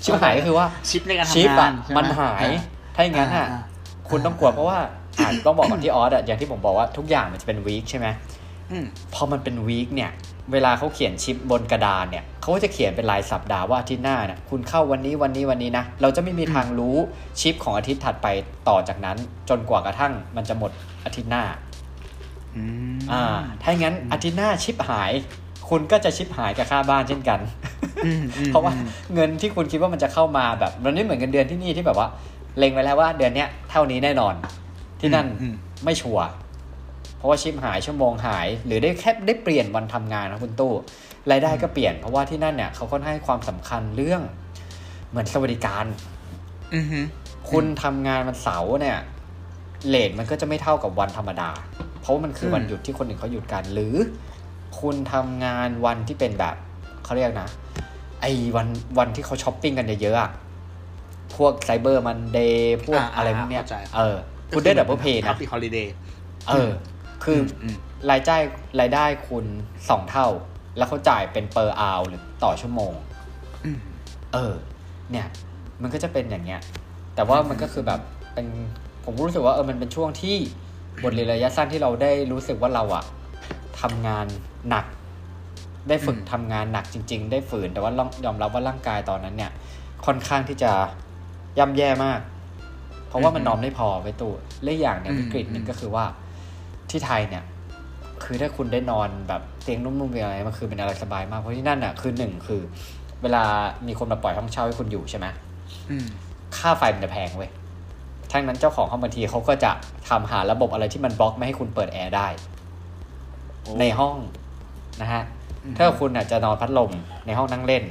Speaker 2: ชิปหายก็คือว่า
Speaker 1: ชิปในการทำงาน
Speaker 2: ชิปอะ
Speaker 1: ใช่ไ
Speaker 2: มันหาย
Speaker 1: อ่
Speaker 2: ถ้าอย่างนั้นอะ
Speaker 1: อ่า
Speaker 2: คุณต้องกลัวเพราะว่าอ่ะต้องบอกก่อนที่ออสอะอย่างที่ผมบอกว่าทุกอย่างมันจะเป็นวีคใช่ไหม
Speaker 1: อืม
Speaker 2: พอมันเป็นวีคเนี่ย เวลาเขาเขียนชิปบนกระดานเนี่ยเขาก็จะเขียนเป็นรายสัปดาห์ว่าอาทิตย์หน้าเนี่ยคุณเข้าวันนี้วันนี้วันนี้นะเราจะไม่มีทางรู้ชิปของอาทิตย์ถัดไปต่อจากนั้น จนกว่ากระทั่งมันจะหมดอาทิตย์หน้า
Speaker 1: อืม
Speaker 2: อ่า ถ้าอย่างนั้นอาทิตย์หน้าชิปหาย คุณก็จะชิปหายกับค่าบ้านเช่นกัน
Speaker 1: อืมอืม
Speaker 2: เพราะว่า
Speaker 1: อืม
Speaker 2: เงินที่คุณคิดว่ามันจะเข้ามาแบบมันไม่เหมือนเงินเดือนที่นี่ที่แบบว่า เล็งไว้แล้วว่าเดือนเนี้ยเท่านี้แน่นอนที่นั่น
Speaker 1: อืม
Speaker 2: ไม่ชัวร์ ราะว่าชิปหายชั่วโมงหาย หรือได้แค่ได้เปลี่ยนวันทำงานนะคุณตู้รายได้ก็เปลี่ยนเพราะว่าที่นั่นเนี่ยเขาก็ให้ความสำคัญเรื่องเหมือนสวัสดิการ
Speaker 1: อือฮึ
Speaker 2: คุณทำงานวันเสาร์เนี่ยเลทมันก็จะไม่เท่ากับวันธรรมดา เพราะว่ามันคือ
Speaker 1: ม
Speaker 2: วันหยุดที่คนอื่นเขาหยุดกันหรือ คุณทำงานวันที่เป็นแบบเขาเรียกนะ ไอ้วันวันที่เขาช้อปปิ้งกันเยอะๆอะพวกไซเบอร์มันเดย์พวก
Speaker 1: อ่า
Speaker 2: อะไรพวกเนี้ย
Speaker 1: เข้าใจ
Speaker 2: เออคุณได้ดับเบิลเพย์
Speaker 1: ฮั
Speaker 2: นะ
Speaker 1: บปี้ฮอลิเดย์
Speaker 2: เออ คืออ
Speaker 1: อืม
Speaker 2: รายจ่ายรายได้คุณสองเท่า แล้วเขาจ่ายเป็น per hour หรือต่อชั่วโมง
Speaker 1: อืม
Speaker 2: เออ เนี่ย มันก็จะเป็นอย่างเงี้ย แต่ว่ามันก็คือแบบเป็นผมก็รู้สึกว่าเออมันเป็นช่วงที่บทเรียนระยะสั้นที่เราได้รู้สึกว่าเราอะทำงานหนัก ได้ฝึก
Speaker 1: อืม
Speaker 2: ทำงานหนักจริง ๆ ได้ฝืนแต่ว่าต้องยอมรับว่าร่างกายตอนนั้นเนี่ย ค่อนข้างที่จะย่ำแย่มาก เพราะว่ามันนอนไม่พอไปตู่และอีกอย่างเนี่ยวิกฤตหนึ่งก็คือว่าที่ไทยเนี่ย คือถ้าคุณได้นอนแบบเตียงนุ่มๆเตียงอะไรมันคือเป็นอะไรสบายมากเพราะที่นั่นอ่ะคือหนึ่งคือ เวลามีคนมาปล่อยห้องเช่าให้คุณอยู่ใช่ไหม
Speaker 1: อืม
Speaker 2: ค่าไฟมันจะแพงเว้ยทั้งนั้นเจ้าของห้องบางทีเขาก็จะทำหาระบบอะไรที่มันบล็อกไม่ให้คุณเปิดแอร์ได้
Speaker 1: โอ้
Speaker 2: ในห้องนะฮะถ้าคุณอาจจะนอนพัดลมในห้องนั่งเล่น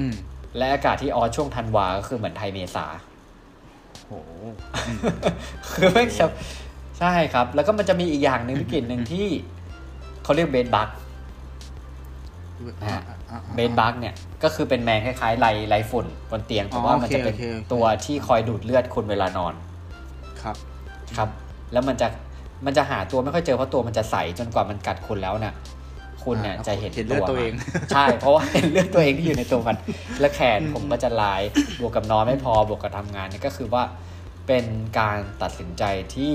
Speaker 1: อืม
Speaker 2: และอากาศที่ออสช่วงธันวาก็คือเหมือนไทยเมษา
Speaker 1: โห
Speaker 2: คือไม่ใช่ใช่ครับ แล้วก็มันจะมีอีกอย่างหนึ่งวิกฤตหนึ่งที่เขาเรียกเบดบัก อ่ะ เบนบักเนี่ยก็คือเป็นแมงคล้ายๆไรไรฝุ่นบนเตียงแต่ว่า
Speaker 1: อ๋อ
Speaker 2: มันจะเป็น
Speaker 1: โอเคโอเค
Speaker 2: ตัวที่คอยดูดเลือดคุณเวลานอน
Speaker 1: ครับ
Speaker 2: ครับ แล้วมันจะมันจะหาตัวไม่ค่อยเจอเพราะตัวมันจะใสจนกว่ามันกัดคุณแล้วน่ะ คุณเนี่ย
Speaker 1: อ่
Speaker 2: จะเห็น
Speaker 1: เลือดตัวเอง
Speaker 2: มันใช่เพราะว่า เห็นเลือดตัวเองที่อยู่ในตัวมัน และแขน
Speaker 1: อืม
Speaker 2: ผมก็จะลาย บวกกับนอนไม่พอบวกกับทำงานเนี่ยก็คือว่าเป็นการตัดสินใจที่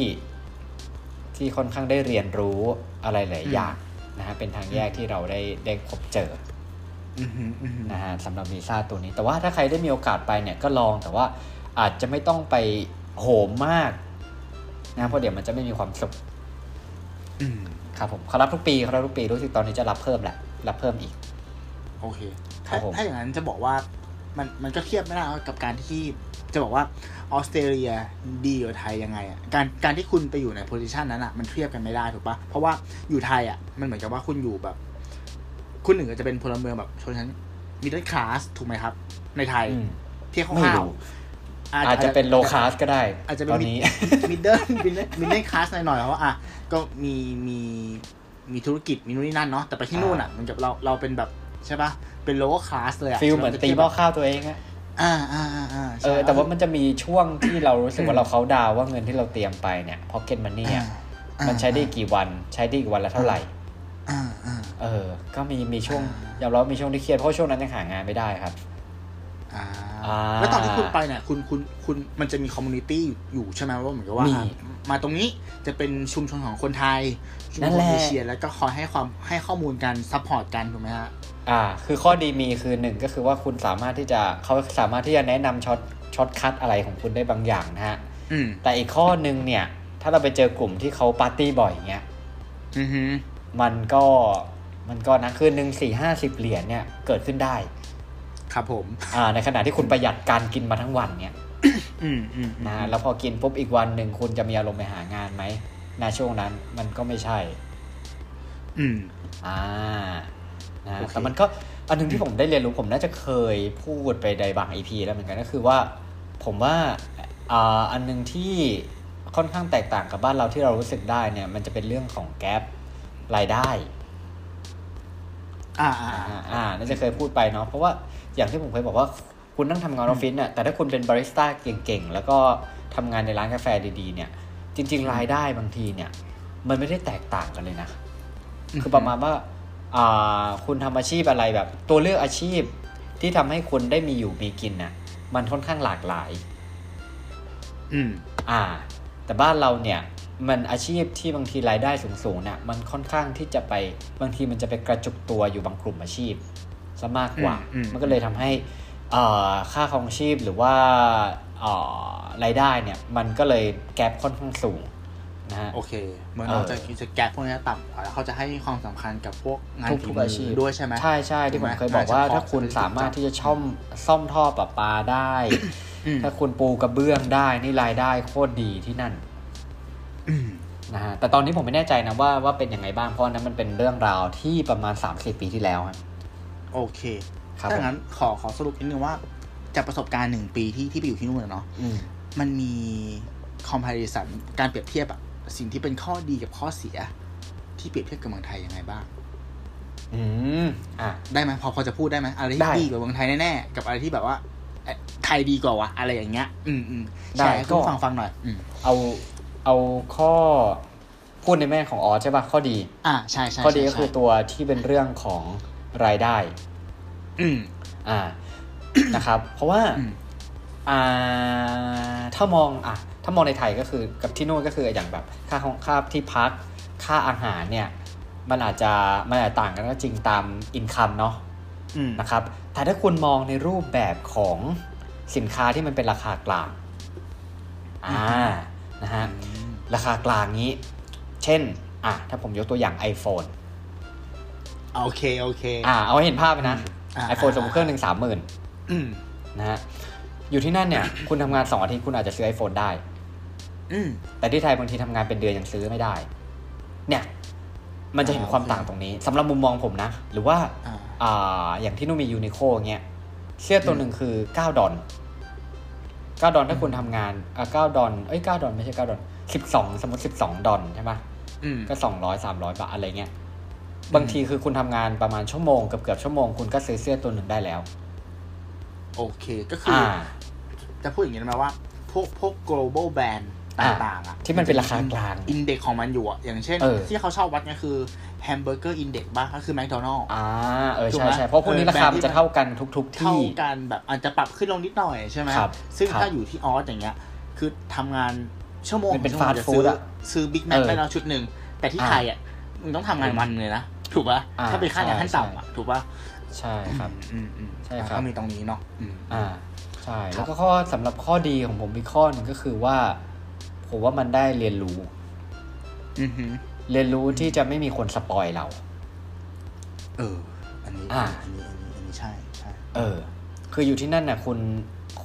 Speaker 2: ที่ค่อนข้างได้เรียนรู้อะไรหลายอย่างนะฮะเป็นทางแยกที่เราได้ได้พบเจอ
Speaker 1: อือหืออือหือ
Speaker 2: นะฮะสำหรับวีซ่าตัวนี้ แต่ว่าถ้าใครได้มีโอกาสไปเนี่ยก็ลองแต่ว่าอาจจะไม่ต้องไปโหมมากนะเพราะเดี๋ยวมันจะไม่มีความสุข
Speaker 1: อืม
Speaker 2: ครับผมเขารับทุกปีเขารับทุกปีรู้สึกตอนนี้จะรับเพิ่มแหละรับเพิ่มอีก
Speaker 1: โอเค
Speaker 2: ครั
Speaker 1: ถ้า
Speaker 2: บผม
Speaker 1: ถ้าอย่างนั้นจะบอกว่ามันมันก็เทียบไม่ได้กับการที่จะบอกว่าออสเตรเลียดีกว่าไทยยังไงอ่ะการการที่คุณไปอยู่ในโพสิชันนั้นอ่ะมันเทียบกันไม่ได้ถูกปะเพราะว่าอยู่ไทยอ่ะมันเหมือนกับว่าคุณอยู่แบบ คุณหนึ่งอาจจะเป็นพลเมืองแบบชนชั้นมิดเดิลคลาสถูกไหมครับ ในไทย
Speaker 2: อืม
Speaker 1: เที่ยว
Speaker 2: ไม่
Speaker 1: ข้าว
Speaker 2: รู้
Speaker 1: ๆ
Speaker 2: อาจจะเป็นโลคาสก็ได้
Speaker 1: อาจจะเป็
Speaker 2: ต
Speaker 1: น
Speaker 2: อน
Speaker 1: มิด
Speaker 2: นี้
Speaker 1: มิดเดิลมิดเดิลมิดเดิลคลาสหน่อยๆเพราะว่าอ่ะก็มีมีมีธุรกิจมีนู่นนี่นั่นเนาะแต่ไปที่
Speaker 2: อ่านู่
Speaker 1: นู่นอ่ะเหมือนกับเราเราเป็นแบบใช่ปะเป็นโลว์คลาสเลยอ่ะ
Speaker 2: ฟิลเหมือนตีหม้อข้าวตัวเองอะ
Speaker 1: อ่าอ่าอ่าอ่า
Speaker 2: เอ
Speaker 1: ใช่
Speaker 2: อแต่ว่ามันจะมีช่วงที่เรารู้สึกว่าเราเขาดาวว่าเงินที่เราเตรียมไปเนี่ยพ็อกเก็ตมันนี่
Speaker 1: อ่า
Speaker 2: มันใช้ได้กี่วันใช้ได้กี่วันละเท่าไหร่
Speaker 1: อ่าอ่า
Speaker 2: เออ ก็มีมีช่วง
Speaker 1: อ่า
Speaker 2: ยอมรับว่ามีช่วงที่เครียดเพราะช่วงนั้นยังหางานไม่ได้ครับ
Speaker 1: อ่า
Speaker 2: อ่า
Speaker 1: แล้วตอนที่คุณไปเนี่ยคุณคุณคุณมันจะมีคอมมูนิตี้อยู่ใช่ไหมว่าเหมือนกับว่า
Speaker 2: มี
Speaker 1: อ่ะมาตรงนี้จะเป็นชุมชนของคนไทยชุม
Speaker 2: นั่
Speaker 1: ช
Speaker 2: น
Speaker 1: น
Speaker 2: แหละ
Speaker 1: เอเชียแล้วก็คอยให้ความให้ข้อมูลกันซัพพอร์ตกันถูกไหมฮะ
Speaker 2: อ่า คือข้อดีมีคือหนึ่งก็คือว่าคุณสามารถที่จะเขาสามารถที่จะแนะนำช็อตช็อตคัดอะไรของคุณได้บางอย่างนะฮะ
Speaker 1: อืม
Speaker 2: แต่อีกข้อหนึ่งเนี่ย ถ้าเราไปเจอกลุ่มที่เขาปาร์ตี้บ่อยอย่างเงี้ย
Speaker 1: อือฮึ
Speaker 2: มันก็มันก็นะคืนหนึ่งสี่ห้าสิบเหรียญเนี่ยเกิดขึ้นได้
Speaker 1: ครับผม
Speaker 2: อ่า ในขณะที่คุณประหยัดการกินมาทั้งวันเนี่ย
Speaker 1: อืมอืมอืม
Speaker 2: นะฮะแล้วพอกินปุ๊บอีกวันหนึ่งคุณจะมีอารมณ์ไปหางานไหมในะช่วงนั้นมันก็ไม่ใช่
Speaker 1: อืม
Speaker 2: อ่านะ
Speaker 1: โอเค
Speaker 2: แต่มันก็อันหนึงที่ผมได้เรียนรู้ผมน่าจะเคยพูดไปในบาง EP แล้วเหมือนกันก็คือว่า ผมว่าอ่าอันหนึงที่ค่อนข้างแตกต่างกับบ้านเราที่เรารู้สึกได้เนี่ย มันจะเป็นเรื่องของแกลบรายได้
Speaker 1: อ่าอ่า
Speaker 2: อ่า
Speaker 1: อ่า
Speaker 2: อ่าน่าจะเคยพูดไปเนาะเพราะว่าอย่างที่ผมเคยบอกว่าคุณนั่งทำงานออฟฟิศน่ะแต่ถ้าคุณเป็นบาริสต้าเก่งๆ แล้วก็ทำงานในร้านกาแฟดีๆเนี่ย จริง ๆ รายได้บางทีเนี่ย มันไม่ได้แตกต่างกันเลยนะ คือประมาณว่าอ่า คุณทำอาชีพอะไรแบบ ตัวเลือกอาชีพที่ทำให้คนได้มีอยู่มีกินน่ะ มันค่อนข้างหลากหลาย
Speaker 1: อืม
Speaker 2: อ่า แต่บ้านเราเนี่ย มันอาชีพที่บางทีรายได้สูงๆน่ะ มันค่อนข้างที่จะไปบางทีมันจะไปกระจุกตัวอยู่บางกลุ่มอาชีพซะมากกว่า
Speaker 1: อืมอืม
Speaker 2: มันก็เลยทำให้อ่าค่าครองชีพหรือว่าอ่ารายได้เนี่ย มันก็เลยแกลบค่อนข้างสูงนะฮะ
Speaker 1: โอเค เหมือน
Speaker 2: เออ
Speaker 1: เราจะจะแก๊ปพวกนี้ต่ำกว่าแล้วเขาจะให้ความสำคัญกับพวกงานฝี
Speaker 2: ทุกๆ
Speaker 1: มื
Speaker 2: อาชีพ
Speaker 1: ด้วยใช่ไหม
Speaker 2: ใช่ใช่ที่ผมเคยบอกว่า
Speaker 1: ใช่ไหม
Speaker 2: ถ้าคุณ
Speaker 1: ใช่
Speaker 2: สามารถที่จะช่อมซ่อมท่อประปาได้
Speaker 1: อืม
Speaker 2: ถ้าคุณปูกระเบื้องได้นี่รายได้โคตรดีที่นั่น
Speaker 1: อืม
Speaker 2: นะฮะแต่ตอนนี้ผมไม่แน่ใจนะว่าว่าเป็นยังไงบ้างเพราะอันนั้นมันเป็นเรื่องราวที่ประมาณ3ามสี่ปีที่แล้วครับ
Speaker 1: โอเค
Speaker 2: ครับ
Speaker 1: ถ้า
Speaker 2: ผม
Speaker 1: งั้นขอขอสรุปนิดนึงว่าจากประสบการณ์หนึ่งปีที่ที่ไปอยู่ที่นู่นอะเนาะ
Speaker 2: อืม
Speaker 1: มันมี comparison การเปรียบเทียบอะสิ่งที่เป็นข้อดีกับข้อเสีย ที่เปรียบเทียบกับเมืองไทยยังไงบ้าง
Speaker 2: อืมอ่ะ
Speaker 1: ได้ไหมพอพอจะพูดได้ไหมอะไร
Speaker 2: ได้
Speaker 1: ที่ดีกว่าเมืองไทยแน่ๆกับอะไรที่แบบว่าเอ๊ะไทยดีกว่าวะอะไรอย่างเงี้ย อืมอืม
Speaker 2: ได้
Speaker 1: ใช่ให้คุณผู้
Speaker 2: ก็
Speaker 1: ฟังฟังหน่อย อืม
Speaker 2: เอาเอาข้อพูดในแม่ของออสใช่ปะข้อดี
Speaker 1: อ่าใช่ใช่
Speaker 2: ข้อดีก็
Speaker 1: ใช่
Speaker 2: คือตัวที่เป็นเรื่องของรายได้
Speaker 1: อืม
Speaker 2: อ่า นะครับ เพราะว่า
Speaker 1: อืม
Speaker 2: อ่าถ้ามองอ่ะถ้ามองในไทยก็คือกับที่นู่นก็คืออย่างแบบค่าของค่าที่พัก ค่าอาหารเนี่ยมันอาจจะมันอาจจะต่างกันก็จริงตามอินคัมเนาะ
Speaker 1: อืม
Speaker 2: นะครับ แต่ถ้าคุณมองในรูปแบบของสินค้าที่มันเป็นราคากลางอ่านะฮะ ราคากลางนี้ เช่น อ่ะ ถ้าผมยกตัวอย่าง iPhone
Speaker 1: โอเคโอเค
Speaker 2: อ่ะ เอาให้เห็นภาพนะ
Speaker 1: อ่า
Speaker 2: iPhone สมมติเครื่องหนึ่งสามหมื่น
Speaker 1: อืม
Speaker 2: นะฮะ อยู่ที่นั่นเนี่ย คุณทำงานสองอาทิตย์คุณอาจจะซื้อ iPhone ได้
Speaker 1: อืม
Speaker 2: แต่ที่ไทยบางทีทำงานเป็นเดือนยังซื้อไม่ได้ เนี่ย มันจะเห็น
Speaker 1: อ่า
Speaker 2: ความ
Speaker 1: โอเค
Speaker 2: ต่างตรงนี้สำหรับมุมมองผมนะ หรือว่า
Speaker 1: อ่า
Speaker 2: อ่า อย่างที่นู่นมียูนิโคเงี้ย เสื้อตัวหนึ่งคือ 9 ดอล9ดอลถ้าคุณทำงาน อ่ะ9ดอลเอ้ย9ดอลไม่ใช่ 9 ดอล12 สมมติ 12 ดอลใช่ปะ
Speaker 1: อืม
Speaker 2: ก็สองร้อยสามร้อยบาทอะไรเงี้ย บางทีคือคุณทำงานประมาณชั่วโมงเกือบเกือบๆชั่วโมงคุณก็ซื้อเสื้อตัวหนึ่งได้แล้ว
Speaker 1: โอเคก็คือ
Speaker 2: อ่า
Speaker 1: อจะพูดอย่างนี้ได้ไหมว่า พวกพวก global brand ต
Speaker 2: อ่า
Speaker 1: ่างๆอะ
Speaker 2: ที่มันเป็นราคากลาง
Speaker 1: อินเด็กของมันอยู่อะอย่างเช่น
Speaker 2: เออ
Speaker 1: ที่เขาชอบวัดก็คือแฮมเบอร์เกอร์อินเด็กบ้างก็คือแม d โดนัล
Speaker 2: อ่า เออ
Speaker 1: ถูก
Speaker 2: ใช่
Speaker 1: ไหม
Speaker 2: ใช่เพราะพวกนี้
Speaker 1: เออ
Speaker 2: ราคา
Speaker 1: แบรนด์ที่
Speaker 2: มันจะเท่ากันทุกทุกๆ
Speaker 1: เท่า
Speaker 2: ที่
Speaker 1: กันแบบอาจจะปรับขึ้นลงนิดหน่อยใช่ไหม
Speaker 2: ครับ
Speaker 1: ซึ่ง
Speaker 2: ครับ
Speaker 1: ถ้าอยู่ที่ออสอย่างเงี้ย คือทำงานชั่วโมง
Speaker 2: มันเป็น
Speaker 1: ชั่วโมง
Speaker 2: fast
Speaker 1: จะซื้
Speaker 2: food อะ
Speaker 1: ซื้อบิ๊กแม็ก
Speaker 2: เออ
Speaker 1: ได้แล้วชุดหนึ่ง แต่ที่
Speaker 2: อ่า
Speaker 1: ไทยอ่ะมึงต้องทำงานวันเลยนะ ถูกป่ะ
Speaker 2: อ่า
Speaker 1: ถ้าเป็นค่าแรง
Speaker 2: ใช่
Speaker 1: ขั้นต่ำอะถูกป่ะ
Speaker 2: ใช่ครับ
Speaker 1: อืมอืม
Speaker 2: ใช่ครับ
Speaker 1: ก็มีตรงนี้เนาะอืม
Speaker 2: อ่า ใช่
Speaker 1: ครั
Speaker 2: แล้
Speaker 1: บ
Speaker 2: วก็ข้อสำหรับข้อดีของผมอีกข้อหนึงก็คือว่า ผมว่ามันได้เรียนรู้
Speaker 1: อือหือ
Speaker 2: เรียนรู้ที่จะไม่มีคนสปอยเรา
Speaker 1: เออ อันนี้
Speaker 2: อ่า
Speaker 1: อันนี้อันนี้อันนี้ใช่ใช่
Speaker 2: เออ คืออยู่ที่นั่นน่ะคุณ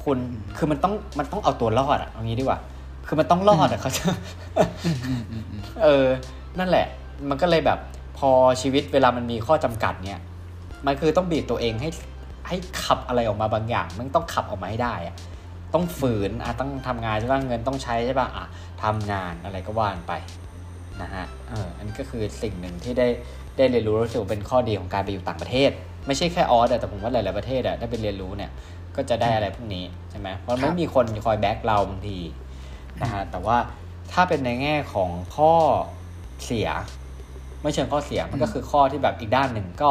Speaker 2: คุณ คือมันต้องมันต้องเอาตัวรอดอะเอางี้ดีกว่า คือมันต้องรอดอะเขาจะ เออ นั่นแหละ มันก็เลยแบบพอชีวิตเวลามันมีข้อจำกัดเนี่ย มันคือต้องบีบตัวเองให้ให้ขับอะไรออกมาบางอย่าง มันต้องขับออกมาให้ได้อะต้องฝืนอ่ะต้องทำงานใช่ป่ะ เงินต้องใช้ใช่ป่ะ อ่ะทำงานอะไรก็ว่านไปนะฮะ เออ อันนี้ก็คือสิ่งหนึ่งที่ได้ได้เรียนรู้รู้สึกว่าเป็นข้อดีของการไปอยู่ต่างประเทศ ไม่ใช่แค่ออสอะแต่ผมว่าหลาย ๆประเทศอะได้ไปเรียนรู้เนี่ย ก็จะได้อะไรพวกนี้ใช่ไหมเพราะ
Speaker 1: ครั
Speaker 2: ไม่
Speaker 1: บ
Speaker 2: มีคนคอยแบ็กเราบางทีนะฮะ แต่ว่าถ้าเป็นในแง่ของข้อเสีย ไม่เชิงข้อเสีย มันก็คือข้อที่แบบอีกด้านหนึ่งก็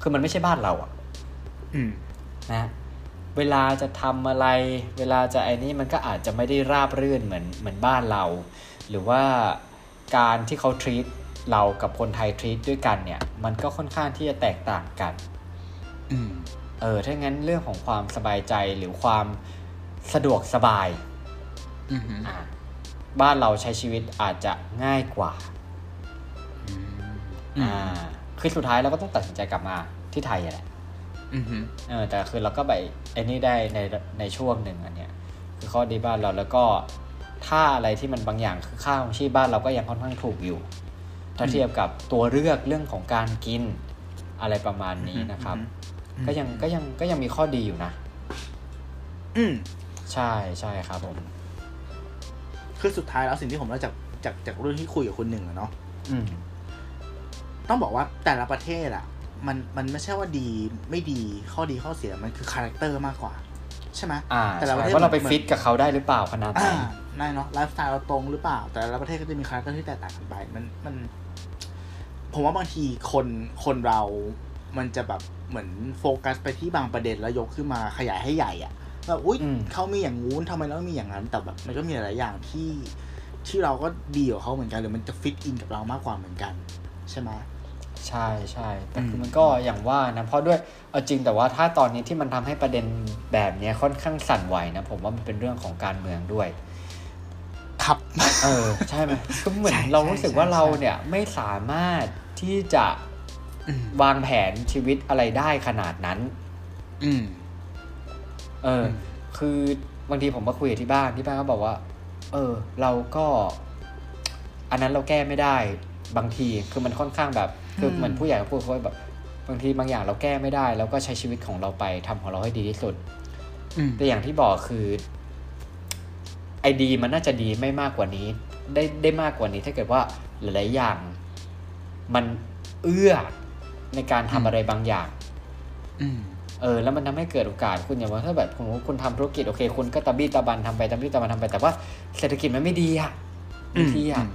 Speaker 2: คือมันไม่ใช่บ้านเราอะ
Speaker 1: อืม
Speaker 2: นะ เวลาจะทำอะไร เวลาจะไอ้นี่มันก็อาจจะไม่ได้ราบรื่นเหมือนเหมือนบ้านเรา หรือว่าการที่เขา treat เรากับคนไทย treat ด้วยกันเนี่ย มันก็ค่อนข้างที่จะแตกต่างกัน
Speaker 1: อืม
Speaker 2: เออ ถ้างั้นเรื่องของความสบายใจหรือความสะดวกสบาย
Speaker 1: อือหือ
Speaker 2: อ่ะบ้านเราใช้ชีวิตอาจจะง่ายกว่า
Speaker 1: อื
Speaker 2: อ่า
Speaker 1: ม
Speaker 2: คือสุดท้ายเราก็ต้องตัดสินใจกลับมาที่ไทยอะแหละ
Speaker 1: อือหือ
Speaker 2: เออ แต่คือเราก็ไปไอ้นี่ได้ในในช่วงหนึ่งอันเนี้ย คือข้อดีบ้านเราแล้วก็ถ้าอะไรที่มันบางอย่างคือค่าของชีพบ้านเราก็ยังค่อนข้างถูกอยู่ ถ้าเทียบกับตัวเลือกเรื่องของการกินอะไรประมาณนี้นะครับ
Speaker 1: อืม
Speaker 2: ก็ยังก็ยังก็ยังมีข้อดีอยู่นะ
Speaker 1: อืม
Speaker 2: ใช่ใช่ครับผม
Speaker 1: คือสุดท้ายแล้วสิ่งที่ผมได้จากจากจากเรื่องที่คุยกับคนหนึ่งอะเนาะ
Speaker 2: อืม
Speaker 1: ต้องบอกว่าแต่ละประเทศอะมันมันไม่ใช่ว่าดีไม่ดีข้อดีข้อเสียมันคือคาแรคเตอร์มากกว่า ใช่ไหม
Speaker 2: อ่า
Speaker 1: แต่ละประ
Speaker 2: ใช่
Speaker 1: เทศ
Speaker 2: ว่าเราไป
Speaker 1: หมือน
Speaker 2: ฟิตกับเขาได้หรือเปล่าขนาดไหน
Speaker 1: อ่าได้เนาะไลฟ์สไตล์เราตรงหรือเปล่า แต่ละประเทศก็จะมีคาแรคเตอร์ที่แตกต่างกันไปมันมัน ผมว่าบางทีคนคนเรา มันจะแบบเหมือนโฟกัสไปที่บางประเด็นแล้วยกขึ้นมาขยายให้ใหญ่อะแบบอุ้ย
Speaker 2: อืม
Speaker 1: เขามีอย่างงู้นทำไมเราไม่มีอย่างนั้น แต่แบบมันก็มีหลายๆอย่างที่ที่เราก็ดีกับเขาเหมือนกันหรือมันจะฟิตอินกับเรามากกว่าเหมือนกัน ใช่ไหม
Speaker 2: ใช่ใช่แต่คืออ
Speaker 1: ม
Speaker 2: มันก็อย่างว่านะเพราะด้วยเอาจริงแต่ว่าถ้าตอนนี้ที่มันทำให้ประเด็นแบบเนี้ยค่อนข้างสั่นไหวนะผมว่ามันเป็นเรื่องของการเมืองด้วย
Speaker 1: ครับ
Speaker 2: เออ ใช่ไหมคือเหมือน
Speaker 1: ใช่
Speaker 2: เรารู้สึกว่า
Speaker 1: ใช่
Speaker 2: เรา
Speaker 1: ใช่
Speaker 2: เนี่ยไม่สามารถที่จะ
Speaker 1: อืม
Speaker 2: วางแผนชีวิตอะไรได้ขนาดนั้น
Speaker 1: อืม
Speaker 2: เอออ
Speaker 1: ม
Speaker 2: คือบางทีผมมาคุยกับที่บ้านที่บ้านก็บอกว่า เออ เราก็ อันนั้นเราแก้ไม่ได้บางทีคือมันค่อนข้างแบบ คือเหมือนผู้ใหญ่เขาพูดเขาแบบ บางทีบางอย่างเราแก้ไม่ได้ แล้วก็ใช้ชีวิตของเราไปทำของเราให้ดีที่สุด
Speaker 1: อืม
Speaker 2: แต่อย่างที่บอกคือไอดีมันน่าจะดีไม่มากกว่านี้ ได้ได้มากกว่านี้ ถ้าเกิดว่าหลายๆอย่าง มันเอื้อในการทำ
Speaker 1: อืม
Speaker 2: อะไรบางอย่าง
Speaker 1: อืม
Speaker 2: เออแล้วมันทำให้เกิดโอกาสคุณอย่างว่าถ้าแบบคุณคุณทำธุรกิจโอเค คุณก็ตะบี้ตะบันทำไปตะบี้ตะบันทำไปแต่ว่าเศรษฐกิจมันไม่ดีอะ
Speaker 1: อืม
Speaker 2: บางทีอะ
Speaker 1: อืม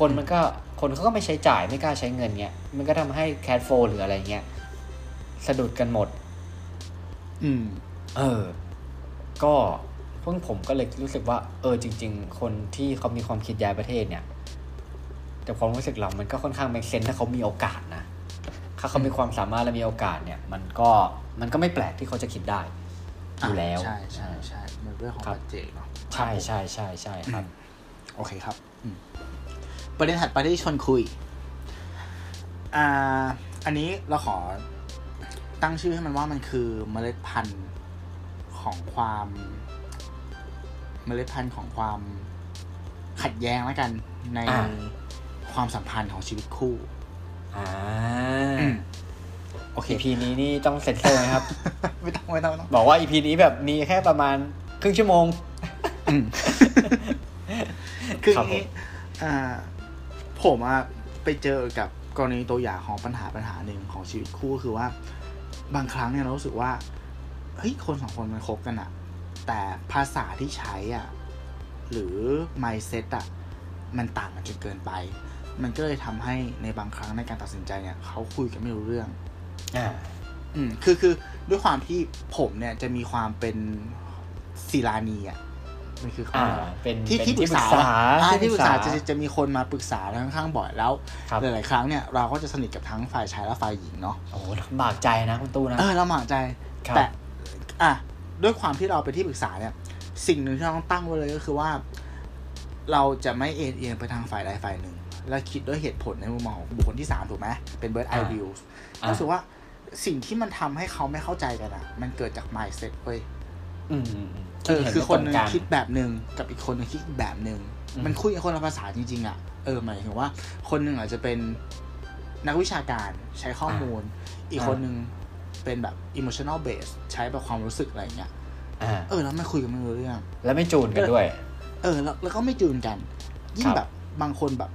Speaker 2: คนมันก็คนเขาก็ไม่ใช้จ่ายไม่กล้าใช้เงินเงี้ยมันก็ทำให้แคดโฟหรืออะไรเงี้ยสะดุดกันหมด
Speaker 1: อืม
Speaker 2: เออ ก็เพิ่งผมก็เลยรู้สึกว่า เออจริง ๆ คนที่เขามีความคิดย้ายประเทศเนี่ย แต่ความรู้สึกเรามันก็ค่อนข้างเมคเซนถ้าเขามีโอกาสนะ ถ้าเขามีความสามารถและมีโอกาสเนี่ย มันก็มันก็ไม่แปลกที่เขาจะคิดได้อยู่แล้ว
Speaker 1: ใช่ใช่ใช่มันเรื่องของ
Speaker 2: ครับ
Speaker 1: ปัจเจกเนาะ
Speaker 2: ใช่ใช่ใช่ใช่ครับ
Speaker 1: โอเคครับอืมประเด็นถัดไปที่ชวนคุย อ่า อันนี้เราขอตั้งชื่อให้มันว่ามันคือเมล็ดพันธุ์ของความ เมล็ดพันธุ์ของความขัดแย้งแล้วกัน ใน
Speaker 2: อ่า
Speaker 1: ความสัมพันธ์ของชีวิตคู่
Speaker 2: อ่า
Speaker 1: อืม
Speaker 2: โอเค EP นี้นี่ต้องเซ็นเซอร์ไหมครับ
Speaker 1: ไม่ต้องไม่ต้องไม่ต้อง
Speaker 2: บอกว่า EP นี้แบบมีแค่ประมาณครึ่งชั่วโมง
Speaker 1: คืออ
Speaker 2: ครับ
Speaker 1: ย่างนี้
Speaker 2: ผม
Speaker 1: อ่าผมอะไปเจอกับกรณีตัวอย่างของปัญหาปัญหาหนึ่งของชีวิตคู่ก็คือว่า บางครั้งเนี่ยเรารู้สึกว่าเฮ้ยคนสองคนมันคบกันอะแต่ภาษาที่ใช้อะหรือ mindset อะมันต่างกันจนเกินไป มันก็เลยทำให้ในบางครั้งในการตัดสินใจเนี่ยเขาคุยกันไม่รู้เรื่อง
Speaker 2: อ่า
Speaker 1: อืมคือคือด้วยความที่ผมเนี่ยจะมีความเป็นศิลานีอ่ะมันคือเขา
Speaker 2: อ่า
Speaker 1: เรียกอะไร
Speaker 2: เป็น
Speaker 1: ที่
Speaker 2: เป็น
Speaker 1: ที่ปรึกษา
Speaker 2: ที่ปรึกษา
Speaker 1: อ่า
Speaker 2: ที่
Speaker 1: ที่
Speaker 2: ป
Speaker 1: ป
Speaker 2: รึ
Speaker 1: รึ
Speaker 2: ก
Speaker 1: ก
Speaker 2: ษา
Speaker 1: ษาจะจะจะมีคนมาปรึกษาค่อนข้างบ่อยแล้ว
Speaker 2: ครับ
Speaker 1: หลายๆครั้งเนี่ยเราก็จะสนิทกับทั้งฝ่ายชายและฝ่ายหญิงเนาะ
Speaker 2: โอ้โหลำบากใจนะคุณตู้นะ
Speaker 1: เออเราหมางใจ
Speaker 2: ครับ
Speaker 1: แต่อ่ะด้วยความที่เราเป็นที่ปรึกษาเนี่ย สิ่งหนึ่งที่เราต้องตั้งไว้เลยก็คือว่า เราจะไม่เอ็นเอียงไปทางฝ่ายใดฝ่ายหนึ่ง และคิดด้วยเหตุผลในมุมมองของบุคคลที่สามถูกไหมเป็น bird eye view
Speaker 2: อ่ะ
Speaker 1: รู้สึกว่าสิ่งที่มันทำให้เขาไม่เข้าใจกันอ่ะ มันเกิดจาก mindset เว้ย
Speaker 2: อืมอืมอืม
Speaker 1: เออ
Speaker 2: ดเห็
Speaker 1: คือคนหนึง
Speaker 2: ไม่ตรกั
Speaker 1: คิดแบบหนึ่งกับอีกคนหนึงคิดอีกแบบหนึ่ง
Speaker 2: อืม
Speaker 1: มันคุยกันคนละภาษาจริงๆอ่ะเออหมายถึงว่า คนหนึ่งอาจจะเป็นนักวิชาการใช้ข้อมูล อีกคนหนึ่งเป็นแบบ emotional base ใช้แบบความรู้สึกอะไรอย่างเงี้ย
Speaker 2: อ่า
Speaker 1: เออแล้วมันคุยกันไม่รู้เรื่อง
Speaker 2: แล้วไม่จูนกันด้วย
Speaker 1: เออแล้วแล้วก็ไม่จูนกัน ยิ่
Speaker 2: ค
Speaker 1: ง
Speaker 2: รับ
Speaker 1: แบบบางคนแบบ